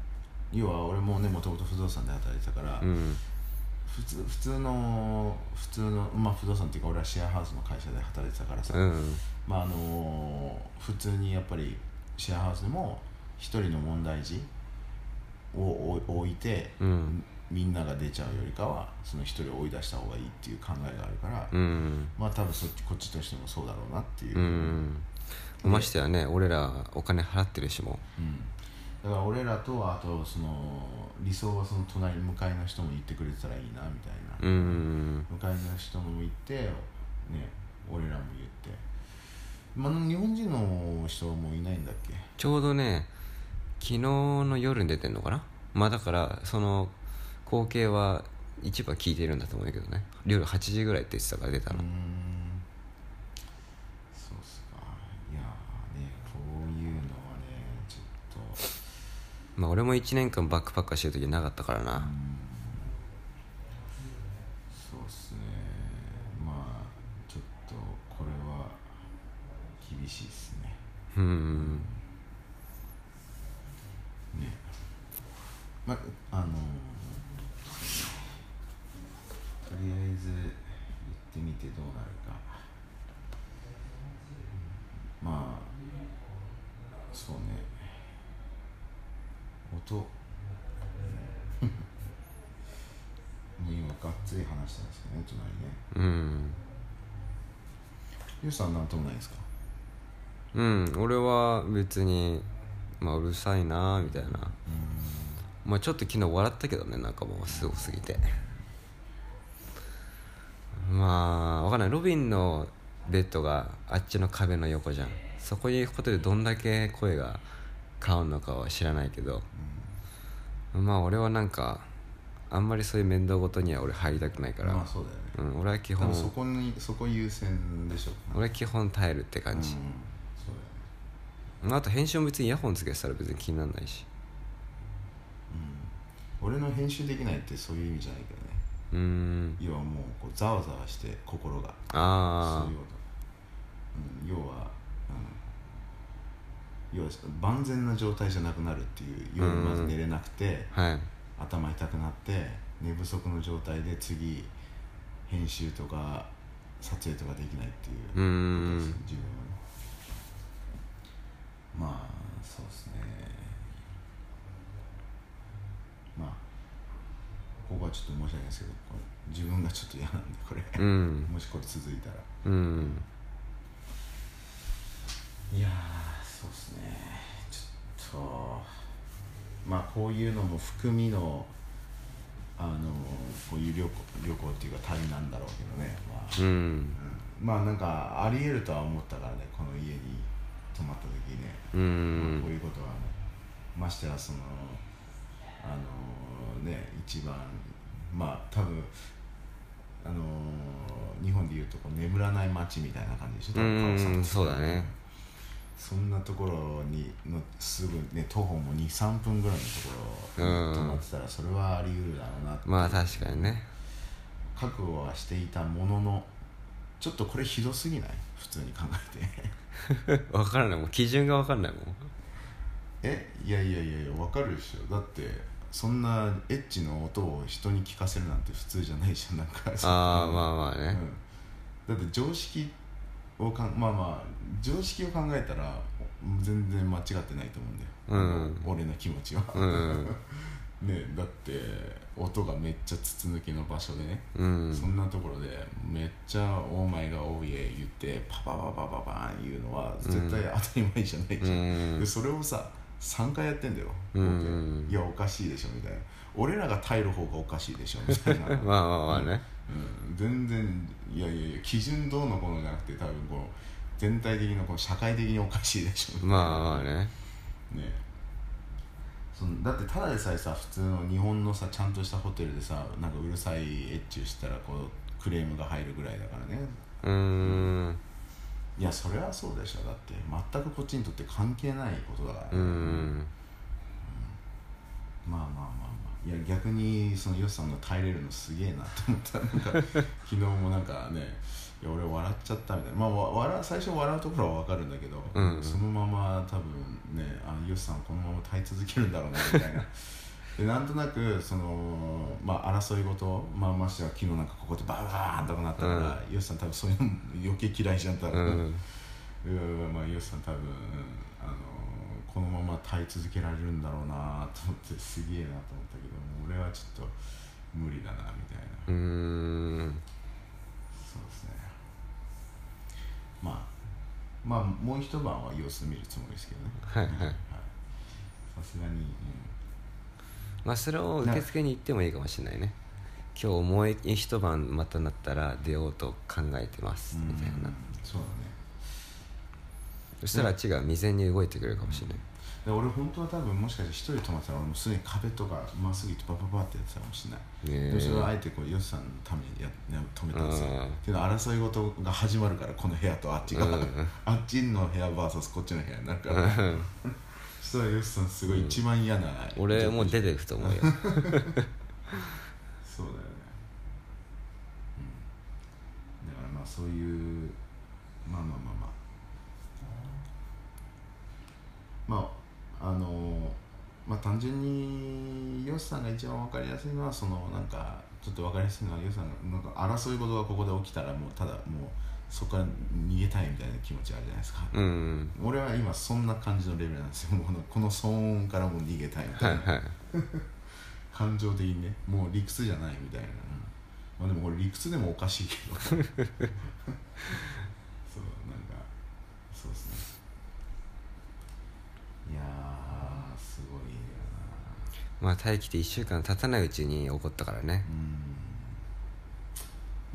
[SPEAKER 2] 要は俺もねもともと不動産で働いてたから、
[SPEAKER 1] うん
[SPEAKER 2] 普通普通の普通のまあ不動産っていうか俺はシェアハウスの会社で働いてたからさ、
[SPEAKER 1] うん
[SPEAKER 2] まああの普通にやっぱりシェアハウスでも一人の問題児をお置いて、
[SPEAKER 1] うん
[SPEAKER 2] みんなが出ちゃうよりかはその一人を追い出した方がいいっていう考えがあるから、
[SPEAKER 1] うん
[SPEAKER 2] まあ多分そっちこっちとしてもそうだろうなっていう、
[SPEAKER 1] うんましてやね俺らお金払ってるしも
[SPEAKER 2] うんだから俺らとあとその理想はその隣向かいの人も言ってくれてたらいいなみたいな、
[SPEAKER 1] うん
[SPEAKER 2] 向かいの人もいて、ね、俺らも言って、まあ、日本人の人はもういないんだっけ
[SPEAKER 1] ちょうどね昨日の夜に出てんのかなまあだからその光景は一部は聞いてるんだと思うけどね夜8時ぐらいって言ってたから出た
[SPEAKER 2] うー
[SPEAKER 1] の
[SPEAKER 2] んそうっすかいやーねこういうのはねちょっと
[SPEAKER 1] まあ俺も1年間バックパッカーしてる時なかったからな
[SPEAKER 2] そうっすねまあちょっとこれは厳しいっすね
[SPEAKER 1] うん
[SPEAKER 2] ねまあのーとりあえず言ってみてどうなるかまあそうね音 もう今がっつり話したんですけどね隣
[SPEAKER 1] う
[SPEAKER 2] ね
[SPEAKER 1] ん
[SPEAKER 2] ゆうさんなんともないですか
[SPEAKER 1] うん俺は別にまあうるさいなみたいなまあちょっと昨日笑ったけどねなんかもうすごすぎてまあわかんないロビンのベッドがあっちの壁の横じゃんそこにホテルどんだけ声が変わんのかは知らないけどまあ俺はなんかあんまりそういう面倒事には俺入りたくないから、
[SPEAKER 2] まあそうだよね
[SPEAKER 1] うん、俺は基
[SPEAKER 2] 多
[SPEAKER 1] 本
[SPEAKER 2] 分そこにそこ優先でしょう
[SPEAKER 1] 俺は基本耐えるって感じ、
[SPEAKER 2] うんそうだよね
[SPEAKER 1] あと編集も別にイヤホンつけてたら別に気にならないし
[SPEAKER 2] 俺の編集できないってそういう意味じゃないけどね
[SPEAKER 1] うーん
[SPEAKER 2] 要はもうこうざわざわして心が
[SPEAKER 1] あ
[SPEAKER 2] そういうこと、うん、要は、うん、要は万全な状態じゃなくなるっていう夜
[SPEAKER 1] うん
[SPEAKER 2] まず寝れなくて
[SPEAKER 1] あはい
[SPEAKER 2] 頭痛くなって寝不足の状態で次編集とか撮影とかできないっていう
[SPEAKER 1] うー
[SPEAKER 2] ことです
[SPEAKER 1] ん
[SPEAKER 2] よ自分はねまあそうですねまあここはちょっと申し訳ないですけどこれ自分がちょっと嫌なんでこれ
[SPEAKER 1] うん
[SPEAKER 2] もしこれ続いたら
[SPEAKER 1] うん
[SPEAKER 2] いやーそうですねちょっとまあこういうのも含みのあのこういう旅行旅行っていうか旅なんだろうけどね、まあ
[SPEAKER 1] うん
[SPEAKER 2] うんまあなんかありえるとは思ったからねこの家に泊まった時ね、
[SPEAKER 1] う
[SPEAKER 2] まあこうんいうことはねましてやそのあのね一番まあ多分あの日本でいうとこう眠らない街みたいな感じでしょ多分
[SPEAKER 1] うん
[SPEAKER 2] 川崎って
[SPEAKER 1] そうだね
[SPEAKER 2] そんなところにのすぐね徒歩も23分ぐらいのところ
[SPEAKER 1] うん
[SPEAKER 2] に泊まってたらそれはあり得るだろうなって
[SPEAKER 1] まあ確かにね
[SPEAKER 2] 覚悟はしていたもののちょっとこれひどすぎない普通に考えて
[SPEAKER 1] 分からないもう基準が分かんないもん
[SPEAKER 2] えいやいやいやいやわかるでしょだってそんなエッチの音を人に聞かせるなんて普通じゃないじゃんなんか
[SPEAKER 1] ああまあまあね
[SPEAKER 2] うん、だって常識をかんまあまあ常識を考えたら全然間違ってないと思うんだよ、
[SPEAKER 1] うん
[SPEAKER 2] 俺の気持ちは、
[SPEAKER 1] うん
[SPEAKER 2] ねだって音がめっちゃ筒抜けの場所でね、
[SPEAKER 1] う
[SPEAKER 2] そ
[SPEAKER 1] ん
[SPEAKER 2] んなところでめっちゃ「オーマイがオーイエ」言ってパパパパパパン言うのは絶対当たり前じゃないじゃん、
[SPEAKER 1] うん
[SPEAKER 2] でそれをさ3回やってんだよ、
[SPEAKER 1] うん
[SPEAKER 2] いやおかしいでしょみたいな俺らが耐える方がおかしいでしょみたい な、
[SPEAKER 1] まあまあまあね
[SPEAKER 2] うん、全然いやいやいや基準どうのこうのじゃなくて多分こう全体的なこう社会的におかしいでしょみたいな
[SPEAKER 1] まあまあね
[SPEAKER 2] ねそのだってただでさえさ普通の日本のさちゃんとしたホテルでさなんかうるさいエッチしたらこうクレームが入るぐらいだからね
[SPEAKER 1] うーん
[SPEAKER 2] いやそれはそうでしょだって全くこっちにとって関係ないことだからね、
[SPEAKER 1] うーん
[SPEAKER 2] まあまあまあまあいや逆にそのヨシさんが耐えれるのすげえなと思ったなんか 昨日もなんかねいや俺笑っちゃったみたいなまあわ笑う最初笑うところは分かるんだけど、
[SPEAKER 1] うんうん
[SPEAKER 2] そのまま多分ねあヨシさんこのまま耐え続けるんだろうなみたいなでなんとなくその、まあ、争い事、まあ、ましては昨日なんかここでバーバーンとかなったから、ヨシさん多分そういうの余計嫌いじゃん多
[SPEAKER 1] う
[SPEAKER 2] 分、
[SPEAKER 1] ん
[SPEAKER 2] いやまあ、イエスさん多分、あのこのまま耐え続けられるんだろうなと思ってすげえなと思ったけどもう俺はちょっと無理だなみたいな、
[SPEAKER 1] うーん
[SPEAKER 2] そうですねまあまあもう一晩は様子見るつもりですけどね
[SPEAKER 1] はいはい
[SPEAKER 2] さすがに、
[SPEAKER 1] まあそれを受付に行ってもいいかもしれないね今日もう一晩またなったら出ようと考えてます
[SPEAKER 2] うん、
[SPEAKER 1] みたいな
[SPEAKER 2] うんそうだね
[SPEAKER 1] そしたらあっちが未然に動いてくれるかもしれない
[SPEAKER 2] で俺本当は多分もしかして一人泊まってたら俺もすでに壁とかまっすぐ行ってバババってやってたかもしれない
[SPEAKER 1] ねえ
[SPEAKER 2] でもそれはあえてこうヨシさんのためにやや止めたんですよ
[SPEAKER 1] うん
[SPEAKER 2] っていうのは争い事が始まるからこの部屋とあっちが、
[SPEAKER 1] うん
[SPEAKER 2] あっちの部屋 VS こっちの部屋になるから、
[SPEAKER 1] うん
[SPEAKER 2] そしたらヨシさんすごい一番嫌な、
[SPEAKER 1] 俺もう出てくと思うよ
[SPEAKER 2] そうだよね、うん、だからまあそういうまあまあまあまあまああのまあ単純にヨシさんが一番わかりやすいのはそのなんかちょっとわかりやすいのはヨシさんがなんか争い事がここで起きたらもうただもうそこから逃げたいみたいな気持ちあるじゃないですか、
[SPEAKER 1] うん
[SPEAKER 2] 俺は今そんな感じのレベルなんですよもうこのこの騒音からもう逃げたいみた
[SPEAKER 1] はい い
[SPEAKER 2] な
[SPEAKER 1] はい
[SPEAKER 2] 感情的にねもう理屈じゃないみたいな、まあ、でもこれ理屈でもおかしいけどそうなんかそうですねいやーすごいよ
[SPEAKER 1] まあ待機って1週間経たないうちに起こったからね
[SPEAKER 2] なうん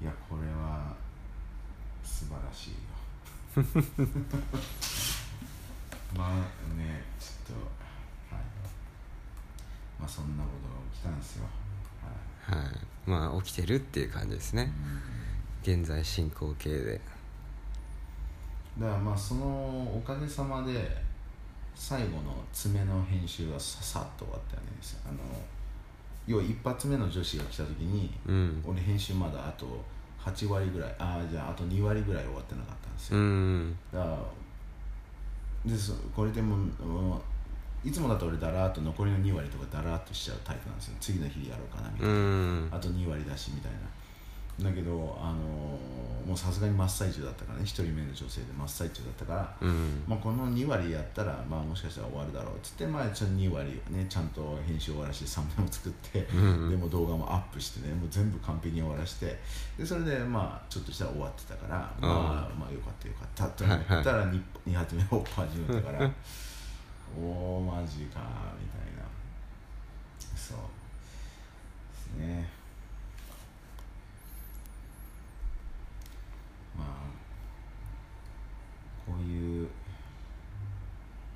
[SPEAKER 2] いやこれは素晴らしいよまあねちょっとはいまあそんなことが起きたんですよはい
[SPEAKER 1] はいまあ起きてるっていう感じですね現在進行形で
[SPEAKER 2] だからまあそのおかげさまで最後の爪の編集はささっと終わったよねあの要は一発目の女子が来た時に
[SPEAKER 1] うん
[SPEAKER 2] 俺編集まだあと8割ぐらいああじゃああと2割ぐらい終わってなかったんです
[SPEAKER 1] う
[SPEAKER 2] よ、
[SPEAKER 1] ん
[SPEAKER 2] だからでそこれでももういつもだと俺だらーっと残りの2割とかだらーっとしちゃうタイプなんですよ次の日やろうかなみたいな、
[SPEAKER 1] うん
[SPEAKER 2] あと2割だしみたいなだけど、あのーもうさすがに真っ最中だったからね1人目の女性で真っ最中だったから、
[SPEAKER 1] うん
[SPEAKER 2] まあ、この2割やったら、まあ、もしかしたら終わるだろうっつって、まあ、ちょっと2割をねちゃんと編集終わらしてサムネを作って、
[SPEAKER 1] うん
[SPEAKER 2] でも動画もアップしてねもう全部完璧に終わらしてでそれでまあちょっとしたら終わってたからまあまあよかったよかったと思ったら 2, 2発目を始めたから おおマジかみたいなそうですねまあこういう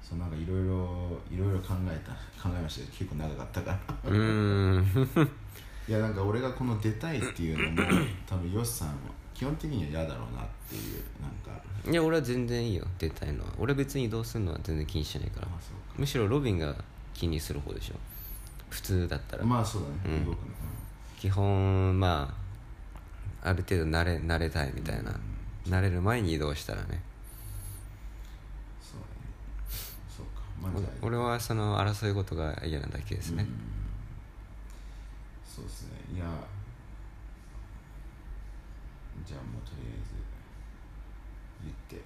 [SPEAKER 2] そうなんかいろいろいろいろ考えた考えましたよ結構長かったから
[SPEAKER 1] うん
[SPEAKER 2] いやなんか俺がこの出たいっていうのも 多分ヨシさんは基本的には嫌だろうなっていうなんか
[SPEAKER 1] いや俺は全然いいよ出たいのは俺別に移動するのは全然気にしてないから
[SPEAKER 2] あそう
[SPEAKER 1] むしろロビンが気にする方でしょ普通だったら、
[SPEAKER 2] かまあそうだね、
[SPEAKER 1] うん
[SPEAKER 2] 動くの
[SPEAKER 1] 基本まあある程度慣れ慣れたいみたいな、慣れる前に移動したらね
[SPEAKER 2] そうだねそうかまあじゃあ
[SPEAKER 1] お俺はその争い事が嫌なだけですね
[SPEAKER 2] そうですねいやじゃあもうとりあえず言って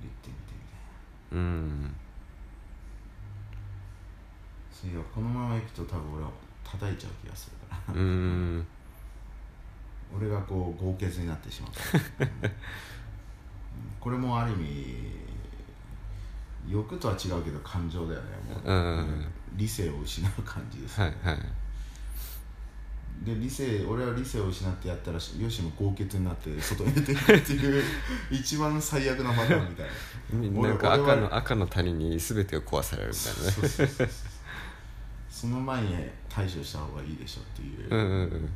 [SPEAKER 2] 言ってみてみたいな
[SPEAKER 1] うん
[SPEAKER 2] そういやこのままいくと多分俺は叩いちゃう気がするから
[SPEAKER 1] うーん
[SPEAKER 2] 俺がこう豪傑になってしまった、うんこれもある意味欲とは違うけど感情だよねもう、
[SPEAKER 1] うん
[SPEAKER 2] 理性を失う感じです
[SPEAKER 1] はい
[SPEAKER 2] ね、
[SPEAKER 1] はい
[SPEAKER 2] で理性俺は理性を失ってやったらしよしも豪傑になって外に出ていくって いう一番最悪なパターンみたいな俺
[SPEAKER 1] なんか赤
[SPEAKER 2] 俺は
[SPEAKER 1] の赤の谷に全てを壊されるみたいなね
[SPEAKER 2] そうそうそうそうその前に対処した方がいいでしょっていう、
[SPEAKER 1] うんうん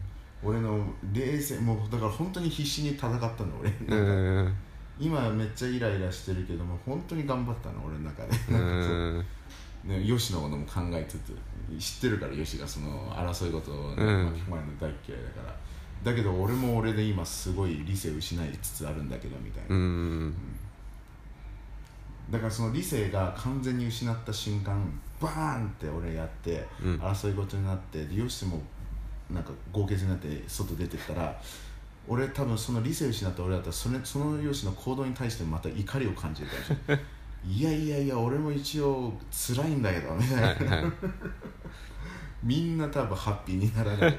[SPEAKER 2] 俺の冷静もうだから本当に必死に戦ったの俺、
[SPEAKER 1] うんうんうん
[SPEAKER 2] 今めっちゃイライラしてるけども本当に頑張ったの俺 の中
[SPEAKER 1] う
[SPEAKER 2] で
[SPEAKER 1] ん
[SPEAKER 2] なんかそう
[SPEAKER 1] うん
[SPEAKER 2] ね、ヨシのことも考えつつ知ってるからヨシがその争い事をね、
[SPEAKER 1] うん
[SPEAKER 2] 巻き込まれるの大っ嫌いだからだけど俺も俺で今すごい理性を失いつつあるんだけどみたいな、
[SPEAKER 1] うん
[SPEAKER 2] だからその理性が完全に失った瞬間バーンって俺やって、
[SPEAKER 1] うん
[SPEAKER 2] 争い事になってでヨシもなんか豪傑になって外出てったら俺多分その理性を失った俺だったらそれそのヨシの行動に対してまた怒りを感じるから いやいやいや俺も一応辛いんだけどみたいな
[SPEAKER 1] はいはい
[SPEAKER 2] みんな多分ハッピーにならない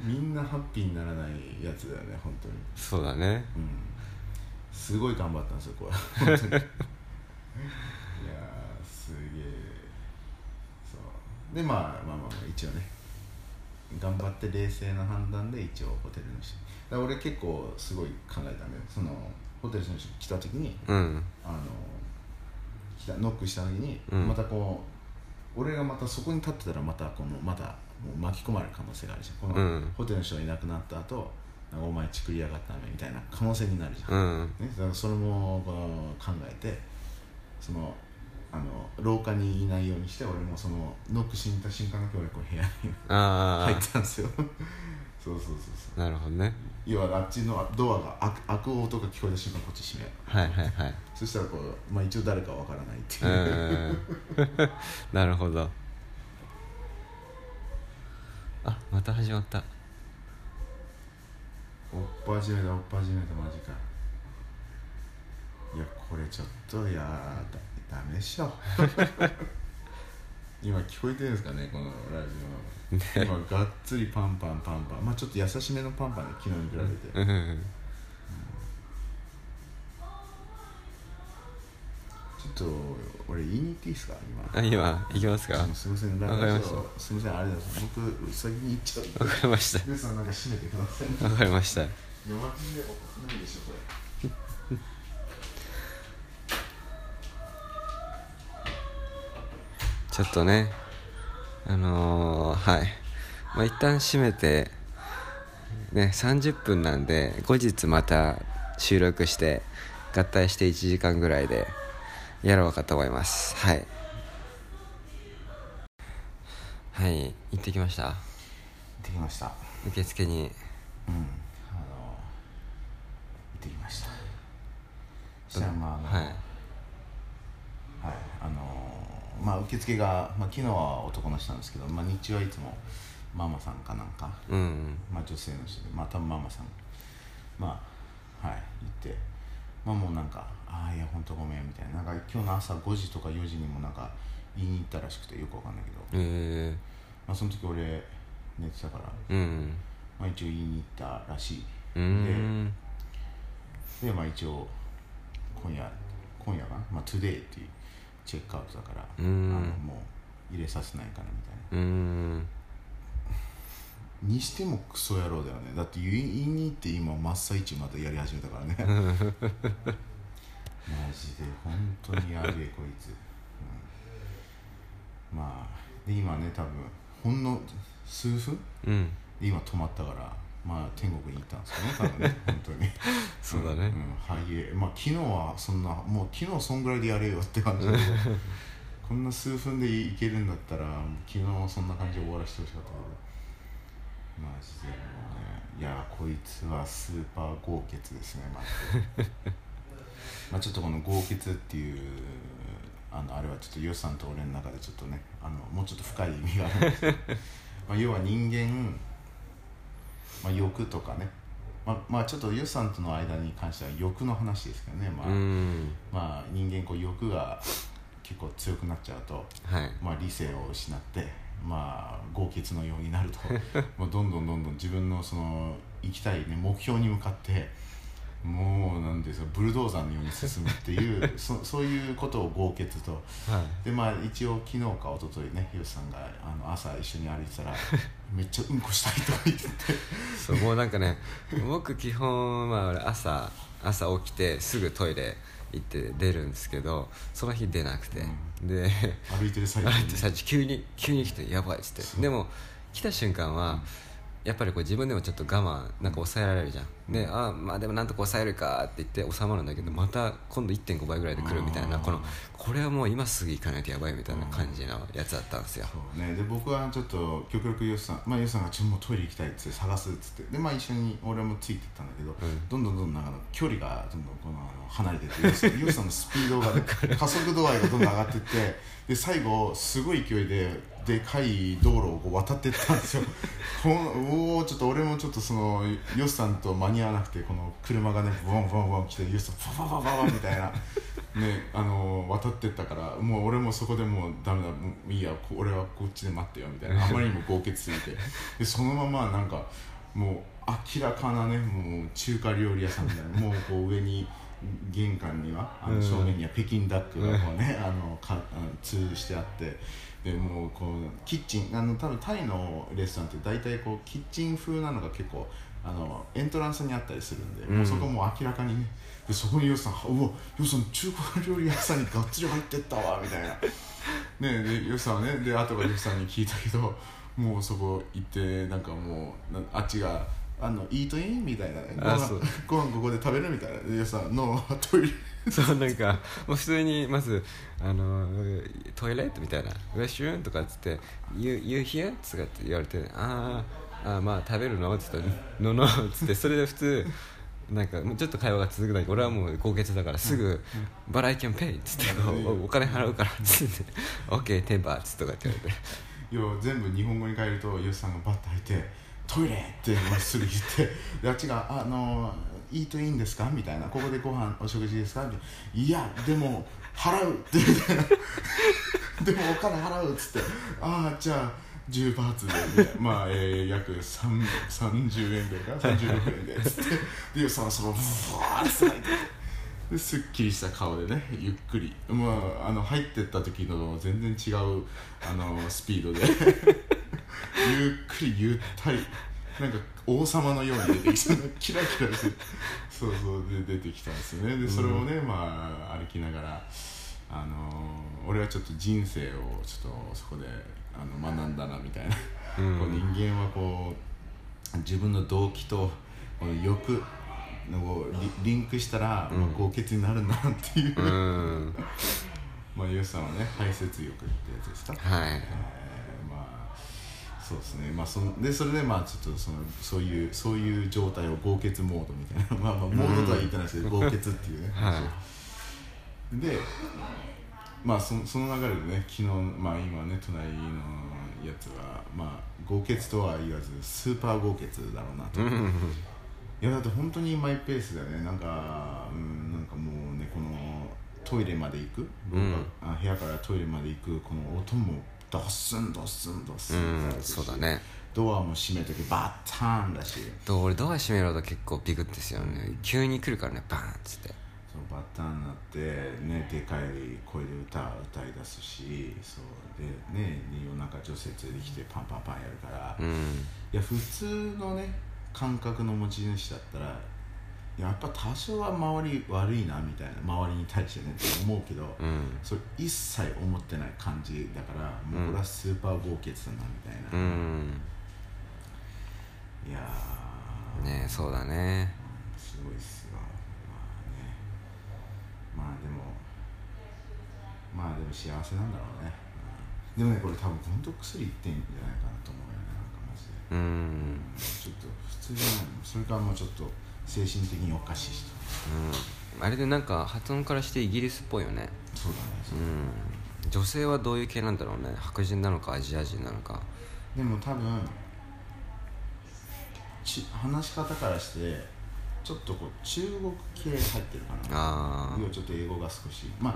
[SPEAKER 2] みんなハッピーにならないやつだよね本当に
[SPEAKER 1] そうだね
[SPEAKER 2] うんすごい頑張ったんですよ これ本当にいやーすげえそうでまあまあまあまあ一応ね頑張って冷静な判断で一応ホテルの人だから俺結構すごい考えたんだよそのホテルの人来た時に
[SPEAKER 1] うん
[SPEAKER 2] あの来たノックした時に、
[SPEAKER 1] うん
[SPEAKER 2] またこう俺がまたそこに立ってたらまたこのまたもう巻き込まれる可能性があるじゃんこ
[SPEAKER 1] う
[SPEAKER 2] の
[SPEAKER 1] ん
[SPEAKER 2] ホテルの人がいなくなった後なんかお前ちくりやがったねみたいな可能性になるじゃん、
[SPEAKER 1] うん
[SPEAKER 2] ね、だからそれもこう考えてそのあの廊下にいないようにして俺もそのノックしに行った瞬間だけ俺こう部屋に
[SPEAKER 1] あ
[SPEAKER 2] 入っ
[SPEAKER 1] あ
[SPEAKER 2] たんですよ そうそうそうそう
[SPEAKER 1] なるほどね
[SPEAKER 2] 要はあっちのドアが開く開く音が聞こえた瞬間こっち閉める
[SPEAKER 1] はいはいはい
[SPEAKER 2] そしたらこう、まあ、一応誰かは分からないって
[SPEAKER 1] う
[SPEAKER 2] いう、
[SPEAKER 1] ん なるほどあまた始まった
[SPEAKER 2] おっぱ始めたおっぱ始めたマジかいやこれちょっといやだダメっしょ 今聞こえてるんですかねこのラジオ、今がっつりパンパンパンパンまあちょっと優しめのパンパンで昨日に比べて、
[SPEAKER 1] うんうん
[SPEAKER 2] ちょっと俺言いに行っていいですか
[SPEAKER 1] あ
[SPEAKER 2] 今
[SPEAKER 1] 今行きますかわ
[SPEAKER 2] すいません
[SPEAKER 1] わかりました
[SPEAKER 2] なんかすいませんあれだ 僕先に行っちゃう
[SPEAKER 1] かりました
[SPEAKER 2] 皆さんなんか閉めてください
[SPEAKER 1] わかりました
[SPEAKER 2] 夜明けで何でしょうこれ
[SPEAKER 1] ちょっとねあのーはいまあ一旦閉めてね30分なんで後日また収録して合体して1時間ぐらいでやろうかと思いますはいはい行ってきました
[SPEAKER 2] できました
[SPEAKER 1] 受付に
[SPEAKER 2] うんあの行ってきましたそしたらまああの
[SPEAKER 1] はい
[SPEAKER 2] はいあのまあ受付が、まあ、昨日は男の人なんですけど、まあ、日中はいつもママさんかなんか、
[SPEAKER 1] うん
[SPEAKER 2] まあ、女性の人でまあ多分ママさんまあはい行ってまあもうなんか「ああいや本当ごめん」みたいななんか今日の朝5時とか4時にもなんか言いに行ったらしくてよくわかんないけ
[SPEAKER 1] う
[SPEAKER 2] ど、
[SPEAKER 1] んえ
[SPEAKER 2] まあ、その時俺寝てたから、
[SPEAKER 1] ーうん
[SPEAKER 2] まあ、一応言いに行ったらしいう
[SPEAKER 1] ーん
[SPEAKER 2] でまあ一応今夜今夜かな、まあ、トゥデイっていうチェックアウトだから
[SPEAKER 1] う
[SPEAKER 2] あの
[SPEAKER 1] ん
[SPEAKER 2] もう入れさせないからみたいな
[SPEAKER 1] うーん
[SPEAKER 2] にしてもクソ野郎だよねだって言い言いに行って今真っ最中またやり始めたから ねマジで本当にやべえこいつ、うん、まあで今ね多分ほんの数分
[SPEAKER 1] うん
[SPEAKER 2] で今止まったからまあ天国に行ったんですよね多分ね本当に
[SPEAKER 1] そうだね
[SPEAKER 2] んうん、はいえまあ昨日はそんなもう昨日そんぐらいでやれよって感 じだけどこんな数分でいけるんだったらもう昨日はそんな感じで終わらせてほしかったけどマジでもうねいやこいつはスーパー豪傑ですねマジで まあちょっとこの豪傑っていうあのあれはちょっとヨシさんと俺の中でちょっとねあのもうちょっと深い意味があるんです けどまあ要は人間まあ、欲とかね、まあ、まあちょっと予算との間に関しては欲の話ですけどね、まあ
[SPEAKER 1] うん
[SPEAKER 2] まあ、人間こう欲が結構強くなっちゃうと、
[SPEAKER 1] はい
[SPEAKER 2] まあ、理性を失って、まあ、豪傑のよう になるともうどんどんどんどん自分のその行きたい、ね、目標に向かってもうなんていうんですかブルドーザーのように進むってい うそそういうことを豪傑と
[SPEAKER 1] はい
[SPEAKER 2] でまあ一応昨日か一昨日ねよしさんがあの朝一緒に歩いて たらめっちゃうんこしたいとか言って
[SPEAKER 1] そうもうなんかね 僕基本、まあ、俺朝朝起きてすぐトイレ行って出るんですけどその日出なくて、で
[SPEAKER 2] 歩いてる最中
[SPEAKER 1] あ
[SPEAKER 2] に
[SPEAKER 1] れって最初急に急に来てやばいっつっ
[SPEAKER 2] そう
[SPEAKER 1] てでも来た瞬間は、やっぱりこう自分でもちょっと我慢なんか抑えられるじゃん、であまあでもなんとか抑えるかって言って収まるんだけどまた今度1.5倍ぐらいで来るみたいな
[SPEAKER 2] うん
[SPEAKER 1] このこれはもう今すぐ行かないとやばいみたいな感じのやつだったんですよ、
[SPEAKER 2] そうね、で僕はちょっと極力よしさん、まあ、よしさんがちょっともうトイレ行きたいっつって探すっつってで、まあ、一緒に俺もついてったんだけど、
[SPEAKER 1] ん
[SPEAKER 2] どんどんどんどんなんか距離がどんどんこのあの離れてってよし さんよしさんのスピードが、ね、加速度合いがどんどん上がってってで最後すごい勢いででかい道路をこう渡ってったんですよ ほんおおちょっと俺もちょっとそのよしさんと間に合わなくてこの車がねブワンブワンブワン来てよしさんパパパパパみたいな。ねあの渡ってったからもう俺もそこでもうダメだもういいやこ俺はこっちで待ってよみたいなあまりにも豪傑すぎてでそのままなんかもう明らかなねもう中華料理屋さんみたいなもうこう上に玄関にはあ
[SPEAKER 1] う
[SPEAKER 2] の
[SPEAKER 1] ん
[SPEAKER 2] 正面には北京ダックがこうね、あのかあの通してあってでもうこうキッチンあの多分タイのレストランって大体こうキッチン風なのが結構あのエントランスにあったりするんで、
[SPEAKER 1] うん
[SPEAKER 2] もうそこもう明らかにねでそこにヨシさん「うわヨシさん中華料理屋さんにがっつり入ってったわ」みたいな。ねでヨシさんはねで後からヨシさんに聞いたけどもうそこ行ってなんかもうなあっちが「あのイートイン?」みたいなねご
[SPEAKER 1] あ
[SPEAKER 2] 飯
[SPEAKER 1] そう
[SPEAKER 2] ご飯ここで食べるみたいなでヨシさん「ノートイレ」
[SPEAKER 1] そうなんかもう普通にまず「あのトイレット」みたいな「ウェッシュルーム」とかっつって「You, you here?」とかって言われて「あーあーまあ食べるの?」っつったら「のの」っつってそれで普通なんかもうちょっと会話が続くだけ俺はもう高血だからすぐ「バラエキャンペイ」っつって
[SPEAKER 2] うん
[SPEAKER 1] お「お金払うから」っつって「OK テンパー」っつってとかって言わ れて
[SPEAKER 2] 要は全部日本語に変えるとヨシさんがバッと入って「トイレ!」ってもうすぐ言ってであっちが「あのイートインですか?」みたいな「ここでご飯お食事ですか?」みたいな「いやでも払う」って みたいな「でもお金払う」っつって「ああじゃあ10バーツでみたいな」まあ、えー、約3 30円ぐらいか36円でっつってでヨシさんはそのブワーッて入って。ですっきりした顔でねゆっくり、まあ、あの入ってった時の全然違うあのスピードでゆっくりゆったりなんか王様のように出てきたキラキラしてそうそうで出てきたんですよねでそれをね、まあ歩きながらあの俺はちょっと人生をちょっとそこであの学んだなみたいな、
[SPEAKER 1] うん
[SPEAKER 2] こう人間はこう自分の動機とこの欲をリリンクしたら、まあ
[SPEAKER 1] うん
[SPEAKER 2] 豪傑になるんだなっていう、
[SPEAKER 1] うーん
[SPEAKER 2] まあユウさんはね排泄欲ってやつですか、
[SPEAKER 1] はい
[SPEAKER 2] えーまあそうですねまあそんでそれでまあちょっとそのそういうそういう状態を豪傑モードみたいなまあまあモードとは言ってないですけど、豪傑っていうね、
[SPEAKER 1] はい
[SPEAKER 2] でまあそその流れでね昨日まあ今ね隣のやつはまあ豪傑とは言わずスーパー豪傑だろうなと、
[SPEAKER 1] うんうんうん
[SPEAKER 2] いやだって本当にマイペースだよねなんかうんなんかもうねこのトイレまで行く、
[SPEAKER 1] うん
[SPEAKER 2] 僕があ部屋からトイレまで行くこの音もドッスンドッスンドッスンってな
[SPEAKER 1] うん
[SPEAKER 2] るし
[SPEAKER 1] そうだね
[SPEAKER 2] ドアも閉める時バッターンだし
[SPEAKER 1] と俺ドア閉めろと結構ビクってすよね急に来るからねバーンっつって
[SPEAKER 2] そのバッターンになってねでかい声で歌歌い出すしそうでね夜中女性連れてきてパンパンパンやるから、
[SPEAKER 1] うん
[SPEAKER 2] いや普通のね感覚の持ち主だったらやっぱ多少は周り悪いなみたいな周りに対してねって思うけど、
[SPEAKER 1] うん
[SPEAKER 2] それ一切思ってない感じだからもうこれはスーパー豪傑だなみたい
[SPEAKER 1] う
[SPEAKER 2] な、
[SPEAKER 1] ん
[SPEAKER 2] いやー
[SPEAKER 1] ねえそうだね
[SPEAKER 2] すごいっすよまあねまあでもまあでも幸せなんだろうね、うんでもねこれ多分本当薬いってんじゃないかなと思うよねなんかマジで。
[SPEAKER 1] うん
[SPEAKER 2] ちょっと普通じゃないのそれからもうちょっと精神的におかしい人
[SPEAKER 1] うんあれでなんか発音からしてイギリスっぽいよね
[SPEAKER 2] そうだねそううん
[SPEAKER 1] 女性はどういう系なんだろうね白人なのかアジア人なのか
[SPEAKER 2] でも多分ち話し方からしてちょっとこう中国系入ってるかな
[SPEAKER 1] あ
[SPEAKER 2] 要はちょっと英語が少しまあ、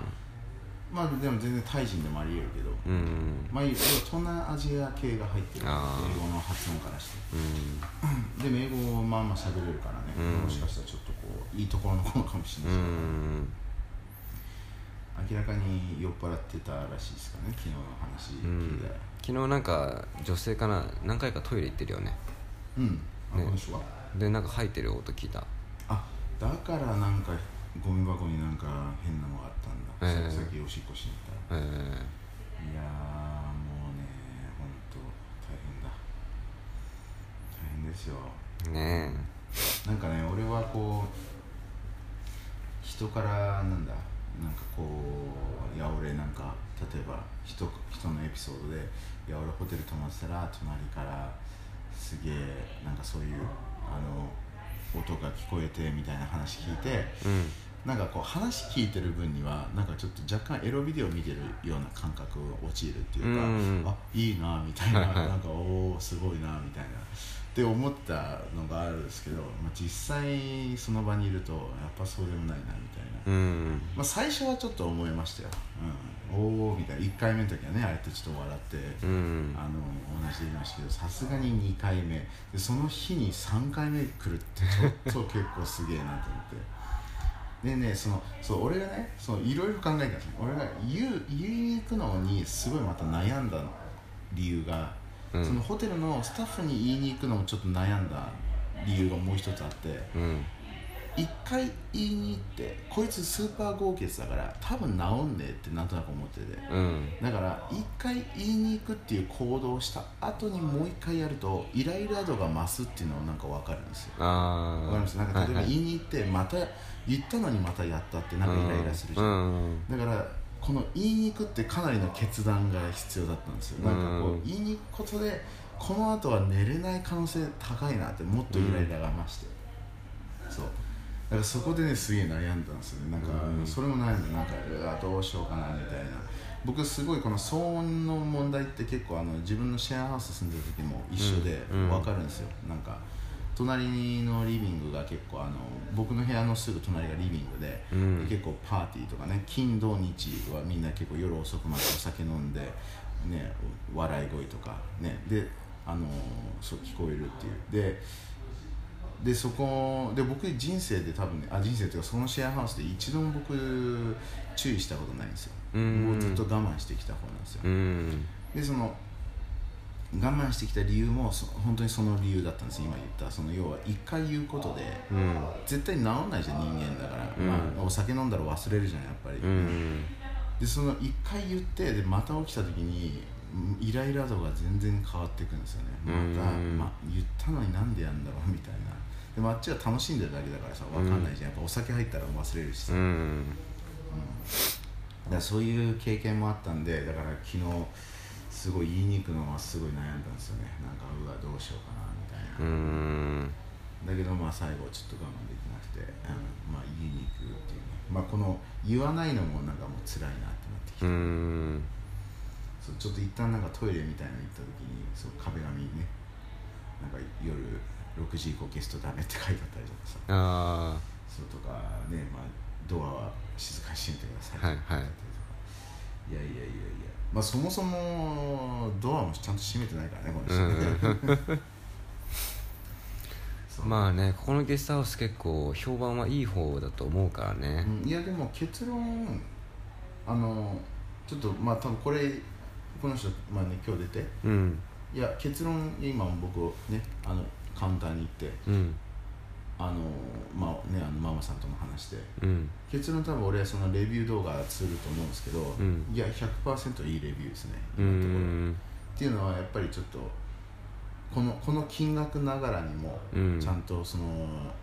[SPEAKER 2] まあでも全然タイ人でもありえるけど、
[SPEAKER 1] うんうん
[SPEAKER 2] まあいいよ東南アジア系が入ってる英
[SPEAKER 1] あー
[SPEAKER 2] 語の発音からして
[SPEAKER 1] うん
[SPEAKER 2] でも英語をまあまあ喋れるからね、
[SPEAKER 1] うん
[SPEAKER 2] もしかしたらちょっとこういいところの子かもし
[SPEAKER 1] う
[SPEAKER 2] れないし、
[SPEAKER 1] ん
[SPEAKER 2] 明らかに酔っ払ってたらしいですからね昨日の話聞いたら
[SPEAKER 1] 昨日なんか女性かな何回かトイレ行ってるよね
[SPEAKER 2] うん、あ
[SPEAKER 1] ね
[SPEAKER 2] この人は
[SPEAKER 1] でなんか吐いてる音聞いた
[SPEAKER 2] あだからなんかゴミ箱になんか変なのがあったんだ、
[SPEAKER 1] ええ
[SPEAKER 2] さっきおしっこしに行ったら
[SPEAKER 1] ええ
[SPEAKER 2] いやーもうね本当大変だ大変ですよ
[SPEAKER 1] ね
[SPEAKER 2] なんかね俺はこう人からなんだなんかこういや俺なんか例えば人人のエピソードでいや俺ホテル泊まってたら隣からすげえなんかそういうあの音が聞こえてみたいな話聞いて
[SPEAKER 1] えうん
[SPEAKER 2] なんかこう話聞いてる分にはなんかちょっと若干エロビデオ見てるような感覚を陥るっていう
[SPEAKER 1] う
[SPEAKER 2] か、
[SPEAKER 1] ん
[SPEAKER 2] あいいなみたいな
[SPEAKER 1] はいはい
[SPEAKER 2] なんかおおすごいなみたいなって思ったのがあるんですけど、まあ、実際その場にいるとやっぱそうでもないなみたいな、
[SPEAKER 1] うん
[SPEAKER 2] まあ、最初はちょっと思いましたよ、うん、おおみたいな1回目の時はねあれってちょっと笑っ
[SPEAKER 1] う
[SPEAKER 2] て。
[SPEAKER 1] ん
[SPEAKER 2] あの同じで言いましたけどさすがに2回目でその日に3回目来る ってちょっと結構すげえなと思ってでねそのそう俺がねそのいろいろ考えたんですね俺が言う言いに行くのにすごいまた悩んだ理由が、
[SPEAKER 1] うん
[SPEAKER 2] そのホテルのスタッフに言いに行くのもちょっと悩んだ理由がもう一つあって
[SPEAKER 1] うん
[SPEAKER 2] 1回言いに行ってこいつスーパー豪傑だから多分治んねえってなんとなく思ってて
[SPEAKER 1] うん
[SPEAKER 2] だから一回言いに行くっていう行動をした後にもう一回やるとイライラ度が増すっていうのはなんか分かるんですよ
[SPEAKER 1] ああ
[SPEAKER 2] 分かりますなんか例えば
[SPEAKER 1] はいはい
[SPEAKER 2] 言いに行ってまた言ったのにまたやったってなんかイライラするじゃ
[SPEAKER 1] うんん
[SPEAKER 2] だからこの言いに行くってかなりの決断が必要だったんですよなんかこ
[SPEAKER 1] う
[SPEAKER 2] うん言いに行くことでこの後は寝れない可能性高いなってもっとイライラが増して、そうだからそこでねすげえ悩んだんですよねなんか、
[SPEAKER 1] うん
[SPEAKER 2] それも悩んでなんかうわどうしようかなみたいな僕すごいこの騒音の問題って結構あの自分のシェアハウス住んでる時も一緒で
[SPEAKER 1] うん
[SPEAKER 2] 分かるんですよ、なんか隣のリビングが結構あの僕の部屋のすぐ隣がリビングで、
[SPEAKER 1] うん
[SPEAKER 2] 結構パーティーとかね金土日はみんな結構夜遅くまでお酒飲んで、ね、笑い声とか、ね、で、あのーそう聞こえるっていうででそこで僕人生で多分ねあ人生というかそのシェアハウスで一度も僕注意したことないんですよ
[SPEAKER 1] うん
[SPEAKER 2] もうずっと我慢してきた方なんですよ
[SPEAKER 1] うん
[SPEAKER 2] でその我慢してきた理由もそ本当にその理由だったんです今言ったその要は一回言うことで
[SPEAKER 1] うん
[SPEAKER 2] 絶対治んないじゃん人間だから、
[SPEAKER 1] うん
[SPEAKER 2] まあ、お酒飲んだら忘れるじゃんやっぱり、
[SPEAKER 1] うん
[SPEAKER 2] でその一回言ってでまた起きた時にうんイライラ度が全然変わっていくんですよねまた、
[SPEAKER 1] うん
[SPEAKER 2] ま、言ったのになんでやんだろうみたいなでもあっちは楽しんでるだけだからさ分かんないじゃん、やっぱお酒入ったら忘れるしさ、
[SPEAKER 1] うん
[SPEAKER 2] だからそういう経験もあったんでだから昨日すごい言いに行くのはすごい悩んだんですよねなんかうわどうしようかなみたいな、
[SPEAKER 1] うん
[SPEAKER 2] だけどまあ最後ちょっと我慢できなくて、うんまあ言いに行くっていうねまあこの言わないのもなんかもう辛いなってなってきて、
[SPEAKER 1] うん
[SPEAKER 2] そうちょっと一旦なんかトイレみたいなの行った時にそう壁紙にねなんか夜6時以降ゲストダメって書いてあったりとかさ
[SPEAKER 1] あ
[SPEAKER 2] そうとかねまあドアは静かにしててくださ
[SPEAKER 1] はいは
[SPEAKER 2] い
[SPEAKER 1] い
[SPEAKER 2] とかいやいやいやいやまあそもそもドアもちゃんと閉めてないからねこの
[SPEAKER 1] う
[SPEAKER 2] 人ね、
[SPEAKER 1] ん
[SPEAKER 2] そう
[SPEAKER 1] まあねここのゲストハウス結構評判はいい方だと思うからね
[SPEAKER 2] うんいやでも結論あのちょっとまあ多分これこの人、まあね、今日出て
[SPEAKER 1] うん
[SPEAKER 2] いや結論今僕ねあのカウンターに行って
[SPEAKER 1] うん
[SPEAKER 2] あのまあねあのママさんとも話して
[SPEAKER 1] うん
[SPEAKER 2] 結論多分俺はそのレビュー動画すると思うんですけど、
[SPEAKER 1] ん
[SPEAKER 2] いや100%いいレビューですね
[SPEAKER 1] う
[SPEAKER 2] 今のところ
[SPEAKER 1] ん
[SPEAKER 2] っていうのはやっぱりちょっとこのこの金額ながらにも、
[SPEAKER 1] うん
[SPEAKER 2] ちゃんとその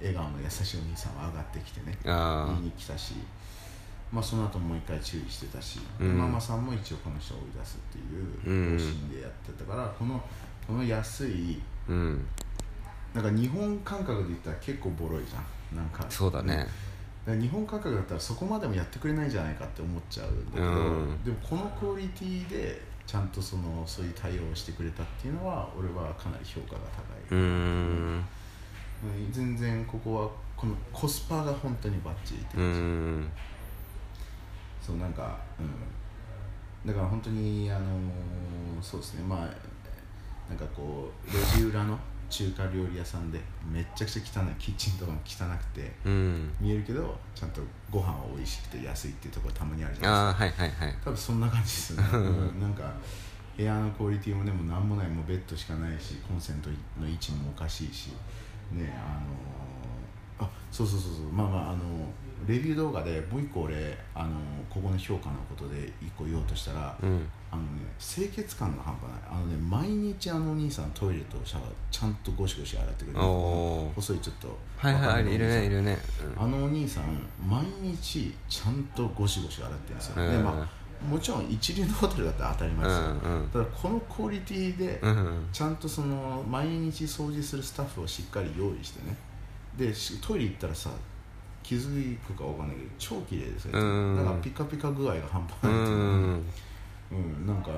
[SPEAKER 2] 笑顔の優しいお兄さんは上がってきてね
[SPEAKER 1] あ
[SPEAKER 2] 見に来たし、まあ、その後もう一回注意してたし、で
[SPEAKER 1] うん
[SPEAKER 2] ママさんも一応この人を追い出すっていう方針でやってたから、このこの安い
[SPEAKER 1] あうん
[SPEAKER 2] なんか日本感覚で言ったら結構ボロいじゃんなんか
[SPEAKER 1] そうだね
[SPEAKER 2] だから日本感覚だったらそこまでもやってくれないんじゃないかって思っちゃうんだけど、
[SPEAKER 1] うん
[SPEAKER 2] でもこのクオリティでちゃんとそのそういう対応をしてくれたっていうのは俺はかなり評価が高
[SPEAKER 1] う
[SPEAKER 2] い、
[SPEAKER 1] ん
[SPEAKER 2] うん全然ここはこのコスパが本当にバッチリっ
[SPEAKER 1] う
[SPEAKER 2] て感じ、
[SPEAKER 1] ん
[SPEAKER 2] そうなんか、うん、だから本当にあのそうですねまあなんかこう路地裏の中華料理屋さんでめっちゃくちゃ汚いキッチンとかも汚くて
[SPEAKER 1] うん
[SPEAKER 2] 見えるけどちゃんとご飯は美味しくて安いっていうところたまにあるじゃないですか
[SPEAKER 1] ああはいはいはい
[SPEAKER 2] 多分そんな感じですね、うんなんか部屋のクオリティもでも何もないもうベッドしかないしコンセントの位置もおかしいしねあのーあそうそうそうそうまあまああのレビュー動画でもう一個俺あのここの評価のことで一個言おうとしたら、
[SPEAKER 1] うん
[SPEAKER 2] あのね清潔感が半端ないあのね毎日あのお兄さんトイレとシャワーちゃんとゴシゴシ洗ってくれる
[SPEAKER 1] おお
[SPEAKER 2] 細いちょっと
[SPEAKER 1] はい
[SPEAKER 2] 若
[SPEAKER 1] はい
[SPEAKER 2] めのお兄さん
[SPEAKER 1] いるねいるね
[SPEAKER 2] あのお兄さん毎日ちゃんとゴシゴシ洗ってるんですよ、
[SPEAKER 1] うん
[SPEAKER 2] でまあ、もちろん一流のホテルだったら当たり前ですよ、
[SPEAKER 1] うんうん
[SPEAKER 2] ただこのクオリティで
[SPEAKER 1] うんうん
[SPEAKER 2] ちゃんとその毎日掃除するスタッフをしっかり用意してねでしトイレ行ったらさ気づくかわかんないけど超綺麗ですよ、
[SPEAKER 1] うん
[SPEAKER 2] なんかピカピカ具合が半端
[SPEAKER 1] う
[SPEAKER 2] ない
[SPEAKER 1] ん
[SPEAKER 2] っていう
[SPEAKER 1] う
[SPEAKER 2] か
[SPEAKER 1] ん
[SPEAKER 2] うん、なんか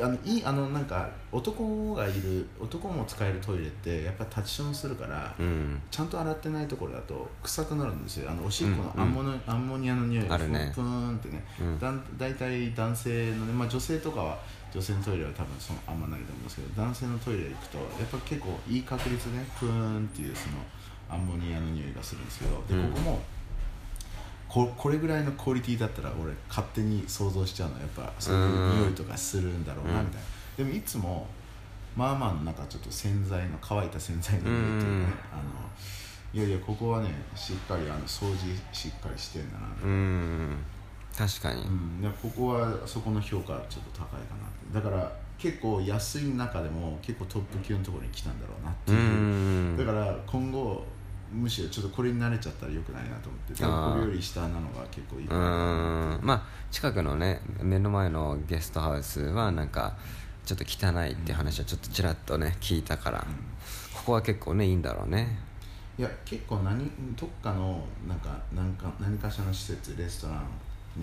[SPEAKER 2] あのいいあのなんか男がいる男も使えるトイレってやっぱ立ちションするから、
[SPEAKER 1] うん
[SPEAKER 2] ちゃんと洗ってないところだと臭くなるんですよあのおしっこの
[SPEAKER 1] うん
[SPEAKER 2] アンモ,、アンモニアの匂い
[SPEAKER 1] あ
[SPEAKER 2] が
[SPEAKER 1] る
[SPEAKER 2] プ
[SPEAKER 1] ね
[SPEAKER 2] ンプーンってね
[SPEAKER 1] うん
[SPEAKER 2] だん大体男性のね、まあ、女性とかは女性のトイレは多分そのあんまないと思うんですけど男性のトイレ行くとやっぱ結構いい確率でねプーンっていうそのアンモニアの匂いがするんですけどで
[SPEAKER 1] うん
[SPEAKER 2] ここも、ここれぐらいのクオリティだったら俺勝手に想像しちゃうのはやっぱそういう匂いとかするんだろうな
[SPEAKER 1] うん
[SPEAKER 2] みたいな、でもいつもまあまあなんかちょっと洗剤の乾いた洗剤の匂いというかね、あのいやいやここはねしっかりあの掃除しっかりしてんだなみたいな
[SPEAKER 1] うん確かに
[SPEAKER 2] うん、でここはそこの評価ちょっと高いかなってだから結構安い中でも結構トップ級のところに来たんだろうなって
[SPEAKER 1] う
[SPEAKER 2] い
[SPEAKER 1] ん
[SPEAKER 2] う、
[SPEAKER 1] うん
[SPEAKER 2] だから今後むしろちょっとこれに慣れちゃったらよくないなと思ってで
[SPEAKER 1] あー
[SPEAKER 2] もこれより下なのが結構いいか
[SPEAKER 1] う
[SPEAKER 2] な
[SPEAKER 1] ーんまあ近くのね目の前のゲストハウスはなんかちょっと汚いって話はちょっとちらっとね聞いたから、
[SPEAKER 2] うん
[SPEAKER 1] ここは結構ねいいんだろうね
[SPEAKER 2] いや結構何どっかのなんかなんか何かしらの施設レストラン、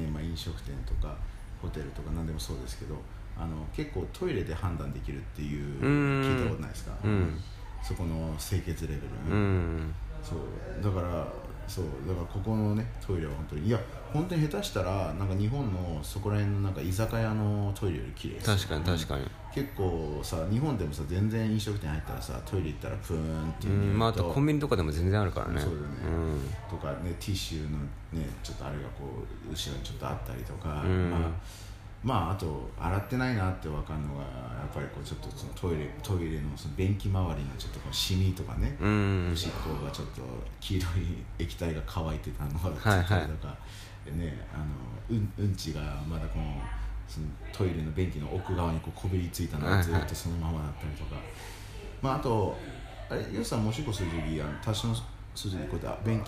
[SPEAKER 2] ねまあ、飲食店とかホテルとか何でもそうですけどあの結構トイレで判断できるっていう
[SPEAKER 1] うん
[SPEAKER 2] 聞いたことないですか、
[SPEAKER 1] うん
[SPEAKER 2] そこの清潔レベル、
[SPEAKER 1] うん
[SPEAKER 2] そうだからそうだからここのねトイレは本当にいや本当に下手したらなんか日本のそこら辺のなんか居酒屋のトイレより綺麗ですよ
[SPEAKER 1] 確かに確かに、
[SPEAKER 2] 結構さ日本でもさ全然飲食店入ったらさトイレ行ったらプーンって
[SPEAKER 1] う
[SPEAKER 2] いうん匂いと、
[SPEAKER 1] まああとコンビニとかでも全然あるからね
[SPEAKER 2] そうだよねとかねティッシュのねちょっとあれがこう後ろにちょっとあったりとか、
[SPEAKER 1] うん
[SPEAKER 2] まあまああと洗ってないなって分かるのがやっぱりこうちょっとそのトイレトイレのその便器周りのちょっとこうシミとかね、
[SPEAKER 1] うん、うん
[SPEAKER 2] おしっこがちょっと黄色い液体が乾いてたのが
[SPEAKER 1] はいはい
[SPEAKER 2] とか、ねあのうんうんちがまだこのそのトイレの便器の奥側にこうこびりついたの
[SPEAKER 1] はいは
[SPEAKER 2] が
[SPEAKER 1] い
[SPEAKER 2] ずっとそのままだったりとか、まあ、あとあれよしさんもおしっこする時あの多少のする時こうやって便器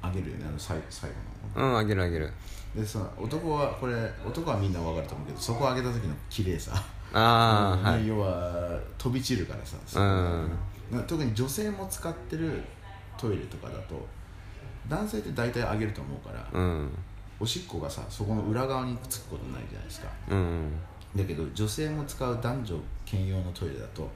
[SPEAKER 2] あげるよねあの最最後の
[SPEAKER 1] うんあげるあげる
[SPEAKER 2] でさ男はこれ男はみんな分かると思うけどそこをあげた時の綺麗さ
[SPEAKER 1] ああは
[SPEAKER 2] ね
[SPEAKER 1] い
[SPEAKER 2] 要は飛び散るからさ、
[SPEAKER 1] う
[SPEAKER 2] な特に女性も使ってるトイレとかだと男性って大体上げると思うから、
[SPEAKER 1] うん
[SPEAKER 2] おしっこがさそこの裏側につくことないじゃないですか
[SPEAKER 1] うん
[SPEAKER 2] だけど女性も使う男女兼用のトイレだと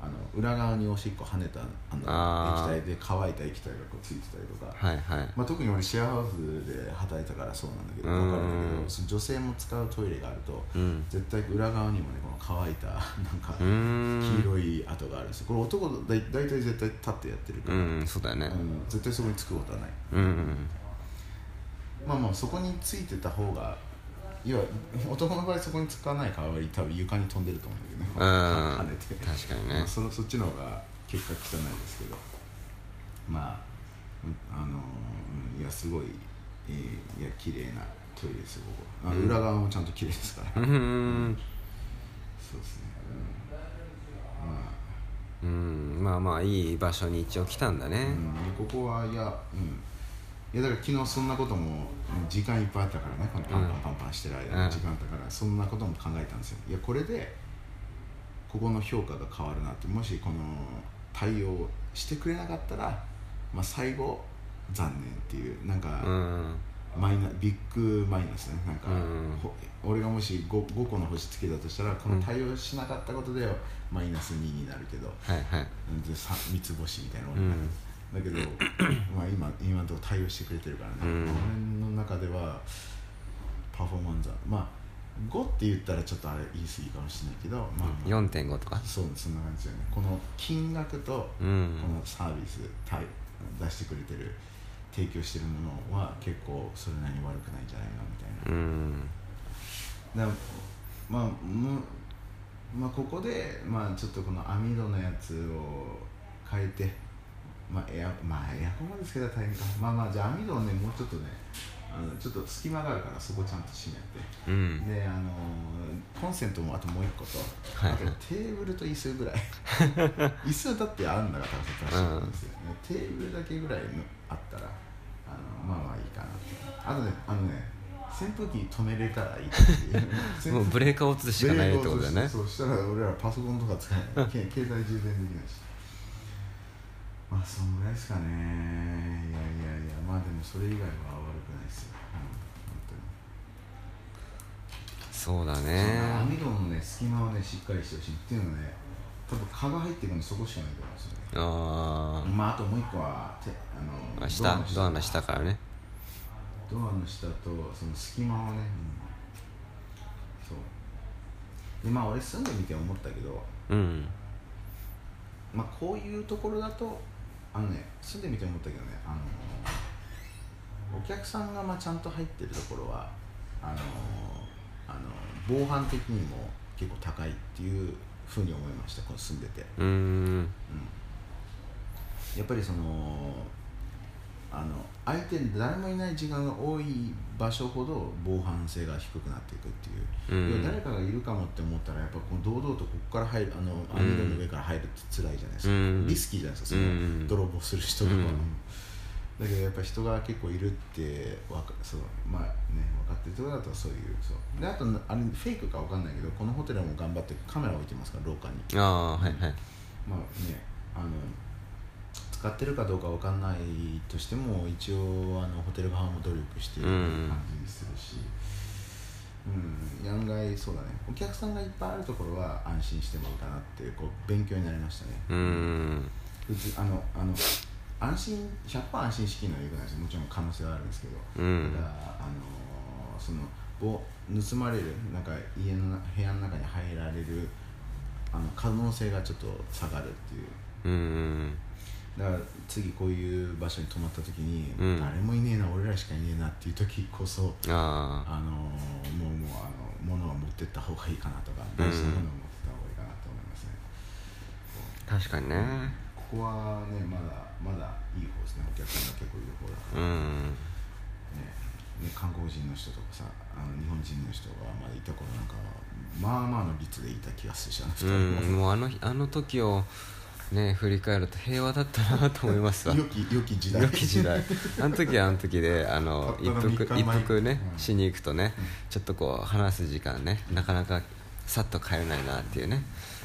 [SPEAKER 2] あの裏側におしっこ跳ねたあ
[SPEAKER 1] あ
[SPEAKER 2] の
[SPEAKER 1] ー
[SPEAKER 2] 液体で乾いた液体がこうついてたりとか、
[SPEAKER 1] はいはい
[SPEAKER 2] まあ、特に俺シェアハウスで働いたからそうなんだけど分かるんだけ
[SPEAKER 1] う
[SPEAKER 2] ど
[SPEAKER 1] ん
[SPEAKER 2] その女性も使うトイレがあると
[SPEAKER 1] うん
[SPEAKER 2] 絶対裏側にもねこの乾いたなんか
[SPEAKER 1] うー
[SPEAKER 2] 黄
[SPEAKER 1] ん
[SPEAKER 2] 色い跡があるんですよこれ男だい大体絶対立ってやってるか
[SPEAKER 1] う
[SPEAKER 2] ら、
[SPEAKER 1] んそうだよね
[SPEAKER 2] うん絶対そこにつくことはない
[SPEAKER 1] うんうん
[SPEAKER 2] まあまあそこについてた方がいや男の場合そこにつかない代わり多分床に飛んでると思うんだけ
[SPEAKER 1] うん
[SPEAKER 2] どね跳ねて、
[SPEAKER 1] 確かに
[SPEAKER 2] ま
[SPEAKER 1] ね
[SPEAKER 2] あ、そのそっちの方が結果汚いですけどまあうんあのうんいやすごい、えーいや綺麗なトイレですよここあ
[SPEAKER 1] うん
[SPEAKER 2] 裏側もちゃんと綺麗ですから、
[SPEAKER 1] うんうん
[SPEAKER 2] そうですね、うん、まあ
[SPEAKER 1] うんまあまあいい場所に一応来たんだね
[SPEAKER 2] うん、ここはいや、うん、いやだから昨日そんなこともうん時間いっぱいあったからねこのパンパンパンパンしてる間
[SPEAKER 1] う
[SPEAKER 2] に
[SPEAKER 1] ん
[SPEAKER 2] 時間あったからそんなことも考えたんですよいやこれでここの評価が変わるなってもしこの対応をしてくれなかったら、まあ、最後残念っていうなんか、
[SPEAKER 1] うん
[SPEAKER 2] マイナビッグマイナスねなんか、
[SPEAKER 1] うん
[SPEAKER 2] ほ俺がもし 5, 5個の星つけたとしたらこの対応しなかったことでマイナス2になるけど、
[SPEAKER 1] はいはい
[SPEAKER 2] でさ三つ星みたいな、
[SPEAKER 1] ん
[SPEAKER 2] だけど まあ今今のところ対応してくれてるからね、
[SPEAKER 1] うん
[SPEAKER 2] 俺の中ではパフォーマンスはまあ5って言ったらちょっとあれ言い過ぎかもしれないけど、まあ、
[SPEAKER 1] 4.5とか
[SPEAKER 2] そうそんな感じだよねこの金額と
[SPEAKER 1] う
[SPEAKER 2] こ
[SPEAKER 1] ん
[SPEAKER 2] のサービス、たい出してくれてる提供してるものは結構それなりに悪くないんじゃないのみたい
[SPEAKER 1] う
[SPEAKER 2] な
[SPEAKER 1] ん
[SPEAKER 2] だからまあむまあここで、まあ、ちょっとこの網戸のやつを変えてまあエア,、まあ、エアコンまでつけたら大変かまあまあじゃあ網戸をねもうちょっとねあのちょっと隙間があるからそこちゃんと閉めて
[SPEAKER 1] うん
[SPEAKER 2] であのーコンセントもあともう一個と、
[SPEAKER 1] はい
[SPEAKER 2] あとテーブルと椅子 ぐらい椅子だってあんだから多分そっちなんですよ、ねテーブルだけぐらいのあったらあのまあまあいいかなあとねあのね扇風機止めれたらいいっていう
[SPEAKER 1] もうブレーカーを落とすしかないってことだよね
[SPEAKER 2] そうしたら俺らパソコンとか使えないけ携帯充電できないしまあそんぐらいですかねいやいやいやまあでもそれ以外は悪くないですよ、うん、本当に
[SPEAKER 1] そうだ
[SPEAKER 2] そう
[SPEAKER 1] ね
[SPEAKER 2] 網戸のね隙間をねしっかりしてほしいっていうのはね多分蚊が入ってくるのそこしかないと思うんですよね
[SPEAKER 1] あ
[SPEAKER 2] まああともう一個はてあ
[SPEAKER 1] あ
[SPEAKER 2] の
[SPEAKER 1] 下ドアの下からね
[SPEAKER 2] ドアの下とその隙間をね、うんそうでまあ俺住んでみて思ったけど
[SPEAKER 1] うん
[SPEAKER 2] まあこういうところだとあのね住んでみて思ったけどねあのお客さんがまあちゃんと入ってるところはあのあの防犯的にも結構高いっていうふうに思いましたこの住んでて
[SPEAKER 1] うーん
[SPEAKER 2] やっぱりそのあの相手誰もいない時間が多い場所ほど防犯性が低くなっていくっていう、
[SPEAKER 1] うん
[SPEAKER 2] 要は誰かがいるかもって思ったらやっぱこの堂々とここから入るあの網戸の上から入るって辛いじゃないですか、
[SPEAKER 1] うん
[SPEAKER 2] リスキーじゃないです
[SPEAKER 1] う
[SPEAKER 2] かそ
[SPEAKER 1] ん
[SPEAKER 2] の泥棒する人とか、
[SPEAKER 1] うん
[SPEAKER 2] だけどやっぱ人が結構いるってわかそうまあね分かってるところだとそういうそうであとあれフェイクか分かんないけどこのホテルも頑張ってカメラ置いてますから廊下に。
[SPEAKER 1] ああはいはい
[SPEAKER 2] まあね、あの使ってるかどうかわかんないとしても一応あのホテル側も努力してる
[SPEAKER 1] うん
[SPEAKER 2] 感じにするし、うん案外そうだねお客さんがいっぱいあるところは安心してもいいかなっていうこう勉強になりましたね、
[SPEAKER 1] うーん
[SPEAKER 2] うちあのあの安心100%安心しきるのはよくないですもちろん可能性はあるんですけど、
[SPEAKER 1] うん
[SPEAKER 2] ただあのーそのぼ盗まれるなんか家のな部屋の中に入られるあの可能性がちょっと下がるっていう
[SPEAKER 1] うーん
[SPEAKER 2] だから次こういう場所に泊まった時に、
[SPEAKER 1] うん
[SPEAKER 2] 誰もいねえな俺らしかいねえなっていう時こそ
[SPEAKER 1] ああ
[SPEAKER 2] あのーもうもうあの物は持ってった方がいいかなとか大事なものを持ってった方がいいかなと思いますね、
[SPEAKER 1] 確かにね
[SPEAKER 2] ここはねまだまだいい方ですねお客さんが結構いる方だか
[SPEAKER 1] う
[SPEAKER 2] ら
[SPEAKER 1] ん
[SPEAKER 2] ねね韓国人の人とかさあの日本人の人がまあいた頃なんかはまあまあの率でいた気がするしあの
[SPEAKER 1] う
[SPEAKER 2] 2人
[SPEAKER 1] んもうあの日あの時をね振り返ると平和だったなと思いますわ
[SPEAKER 2] も良き良き時代
[SPEAKER 1] 良き時代あの時はあの時であの
[SPEAKER 2] た
[SPEAKER 1] 一
[SPEAKER 2] ったの
[SPEAKER 1] 服
[SPEAKER 2] 三日
[SPEAKER 1] 一
[SPEAKER 2] 前
[SPEAKER 1] 服ね
[SPEAKER 2] うん
[SPEAKER 1] しに行くとねちょっとこう話す時間ねなかなかさっと帰れないなっていうね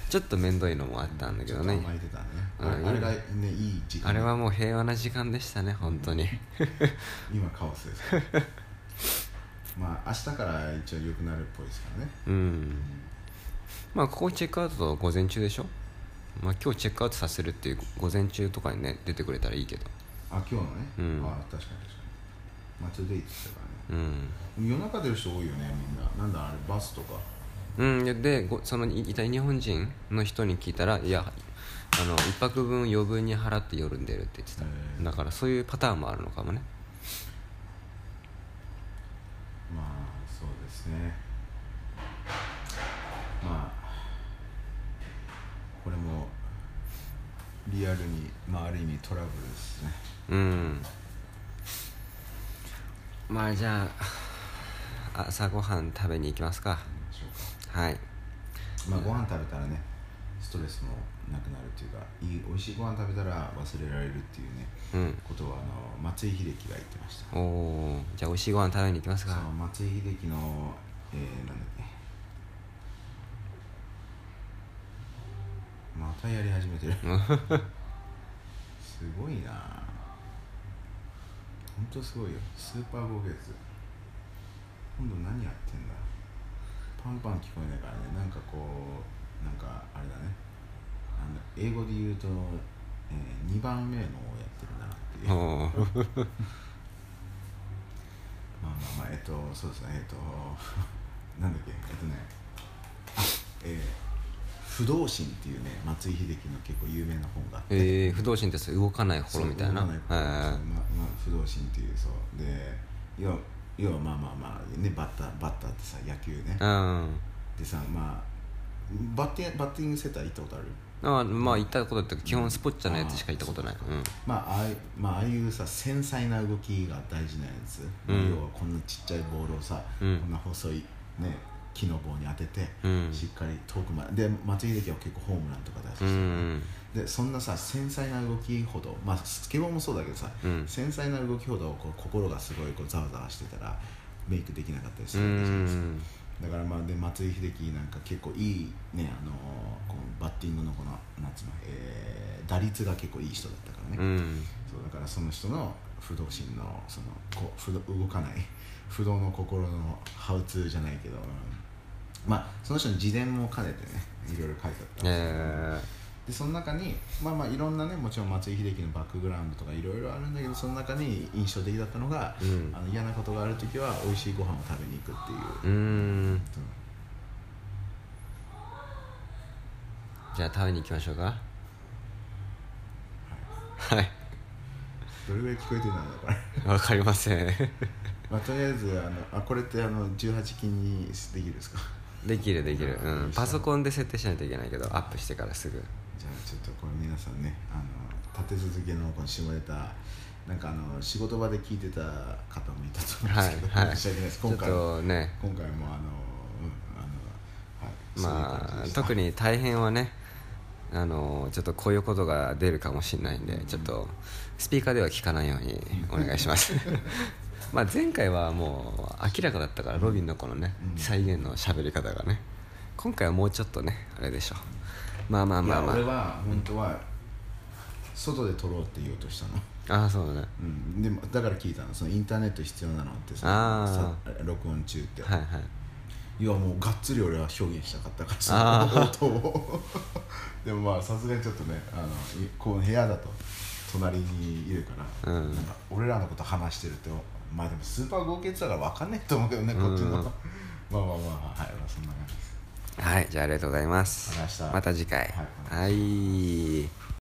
[SPEAKER 1] ちょっと面倒いのもあったんだけどね
[SPEAKER 2] ちょっと甘えてたね、
[SPEAKER 1] うん
[SPEAKER 2] あれがねいい時間
[SPEAKER 1] あれはもう平和な時間でしたね本当 に
[SPEAKER 2] 今カオスですから まあ明日から一応良くなるっぽいですからね
[SPEAKER 1] うんまあここチェックアウト午前中でしょまあ今日チェックアウトさせるっていう午前中とかにね出てくれたらいいけど
[SPEAKER 2] あ今日のね、
[SPEAKER 1] うん
[SPEAKER 2] あ確かに確かにまあトゥデイって言ってたからね
[SPEAKER 1] うん
[SPEAKER 2] 夜中出る人多いよねみんななんだあれバスとか
[SPEAKER 1] うん、ででごそのいいた日本人の人に聞いたらいやあの1泊分余分に払って夜に出るって言ってた
[SPEAKER 2] へえ
[SPEAKER 1] だからそういうパターンもあるのかもね
[SPEAKER 2] まあそうですねまあこれもリアルにまあある意味トラブルですね
[SPEAKER 1] うんまあじゃあ朝ごはん食べに行きますか
[SPEAKER 2] どうでしょうか
[SPEAKER 1] はい
[SPEAKER 2] まあ、ご飯食べたらねストレスもなくなるっていうかいい美味しいご飯食べたら忘れられるっていうね
[SPEAKER 1] うん
[SPEAKER 2] ことはあの松井秀喜が言ってました
[SPEAKER 1] おおーじゃあ美味しいご飯食べに行きます
[SPEAKER 2] そ
[SPEAKER 1] か
[SPEAKER 2] の松井秀喜の、えー、なんだっけまたやり始め てるすごいなほんとすごいよスーパーボケツ今度何やってんだパンパン聞こえないからねなんかこうなんかあれだねあの英語で言うと、え2番目のをやってるなっていう
[SPEAKER 1] おおー
[SPEAKER 2] まあまあまあえっとそうですねえっと なんだっけえっとねあえー不動心っていうね松井秀喜の結構有名な本があって
[SPEAKER 1] えー、不動心ってそう動かない
[SPEAKER 2] そう
[SPEAKER 1] 心みたいな
[SPEAKER 2] 動か
[SPEAKER 1] え
[SPEAKER 2] ないそうまま不動心っていうそうで要は要はまあまあまあねバッターバッターってさ野球ね
[SPEAKER 1] えうん
[SPEAKER 2] でさまあバッティンバッティングセンター行ったことある
[SPEAKER 1] あーまあ行ったことだったけど基本スポッチャのやつしか行ったことないうん
[SPEAKER 2] まあ、ああいまあああいうさ繊細な動きが大事なやつ、
[SPEAKER 1] うん
[SPEAKER 2] 要はこんなちっちゃいボールをさ、
[SPEAKER 1] うん
[SPEAKER 2] こんな細い、ね、木の棒に当てて、
[SPEAKER 1] うん
[SPEAKER 2] しっかり遠くまでで松井秀喜は結構ホームランとか出して
[SPEAKER 1] う
[SPEAKER 2] さ、
[SPEAKER 1] ん
[SPEAKER 2] でそんなさ繊細な動きほど、まあ、スケボーもそうだけどさ、
[SPEAKER 1] うん
[SPEAKER 2] 繊細な動きほどこう心がすごいこうざわざわしてたらメイクできなかったりす
[SPEAKER 1] う
[SPEAKER 2] るわけじゃないですか
[SPEAKER 1] ん
[SPEAKER 2] だからまあで松井秀喜なんか結構いいねあのこのバッティングのこのなんつうの、えー打率が結構いい人だったから
[SPEAKER 1] う
[SPEAKER 2] ね、
[SPEAKER 1] ん
[SPEAKER 2] そうだからその人の不動心のそのこう不動動かない 不動の心のハウツーじゃないけど、うんまあその人の自伝も兼ねてねいろいろ書いてあったんですけど
[SPEAKER 1] え
[SPEAKER 2] でその中にまあまあいろんなねもちろん松井秀喜のバックグラウンドとかいろいろあるんだけどその中に印象的だったのが、
[SPEAKER 1] うん
[SPEAKER 2] あの嫌なことがある時は美味しいご飯を食べに行くっていう。
[SPEAKER 1] ーうんじゃあ食べに行きましょうかはい
[SPEAKER 2] どれぐらい聞こえてるんだろうこれ、
[SPEAKER 1] わかりません
[SPEAKER 2] まあ、とりあえずあのあこれってあの18禁にできるんですか
[SPEAKER 1] できるできる、うん、パソコンで設定しないといけないけどアップしてからすぐ
[SPEAKER 2] じゃあちょっとこれ皆さんねあの立て続けのこの下ネタなんかあの仕事場で聞いてた方もいたと思うんで
[SPEAKER 1] は
[SPEAKER 2] す
[SPEAKER 1] い
[SPEAKER 2] けど、
[SPEAKER 1] はい
[SPEAKER 2] 申し訳ないです
[SPEAKER 1] ちょ
[SPEAKER 2] 今
[SPEAKER 1] っ
[SPEAKER 2] 回も
[SPEAKER 1] とね
[SPEAKER 2] 今回もあの、うん、あのは
[SPEAKER 1] まあ
[SPEAKER 2] いそういう感じでした
[SPEAKER 1] 特に大変はねあのちょっとこういうことが出るかもしれないんで、ちょっとスピーカーでは聞かないようにお願いします まあ前回はもう明らかだったからロビンのこのね、
[SPEAKER 2] うん
[SPEAKER 1] 再現の喋り方がね今回はもうちょっとねあれでしょまあまあ
[SPEAKER 2] い
[SPEAKER 1] まあ
[SPEAKER 2] や
[SPEAKER 1] ま
[SPEAKER 2] 俺は本当は外で撮ろうって言おうとしたの
[SPEAKER 1] ああーそうだね
[SPEAKER 2] うん、でもだから聞いたのそのインターネット必要なのってさ
[SPEAKER 1] あ
[SPEAKER 2] さ録音中って、
[SPEAKER 1] はいはい
[SPEAKER 2] いやもうがっつり俺は表現したかったから
[SPEAKER 1] あ
[SPEAKER 2] さ音を でもまあさすがにちょっとねあのいこの部屋だと隣にいるから、
[SPEAKER 1] うん
[SPEAKER 2] なんか俺らのこと話してるとまあでもスーパー合計だから分かんないと思うけどねこっちの、
[SPEAKER 1] うん
[SPEAKER 2] まあまあまあまあはい、まあ、そんな感じです
[SPEAKER 1] はいじゃあありがとうございます
[SPEAKER 2] ありがとうございました
[SPEAKER 1] また次回
[SPEAKER 2] はい
[SPEAKER 1] はい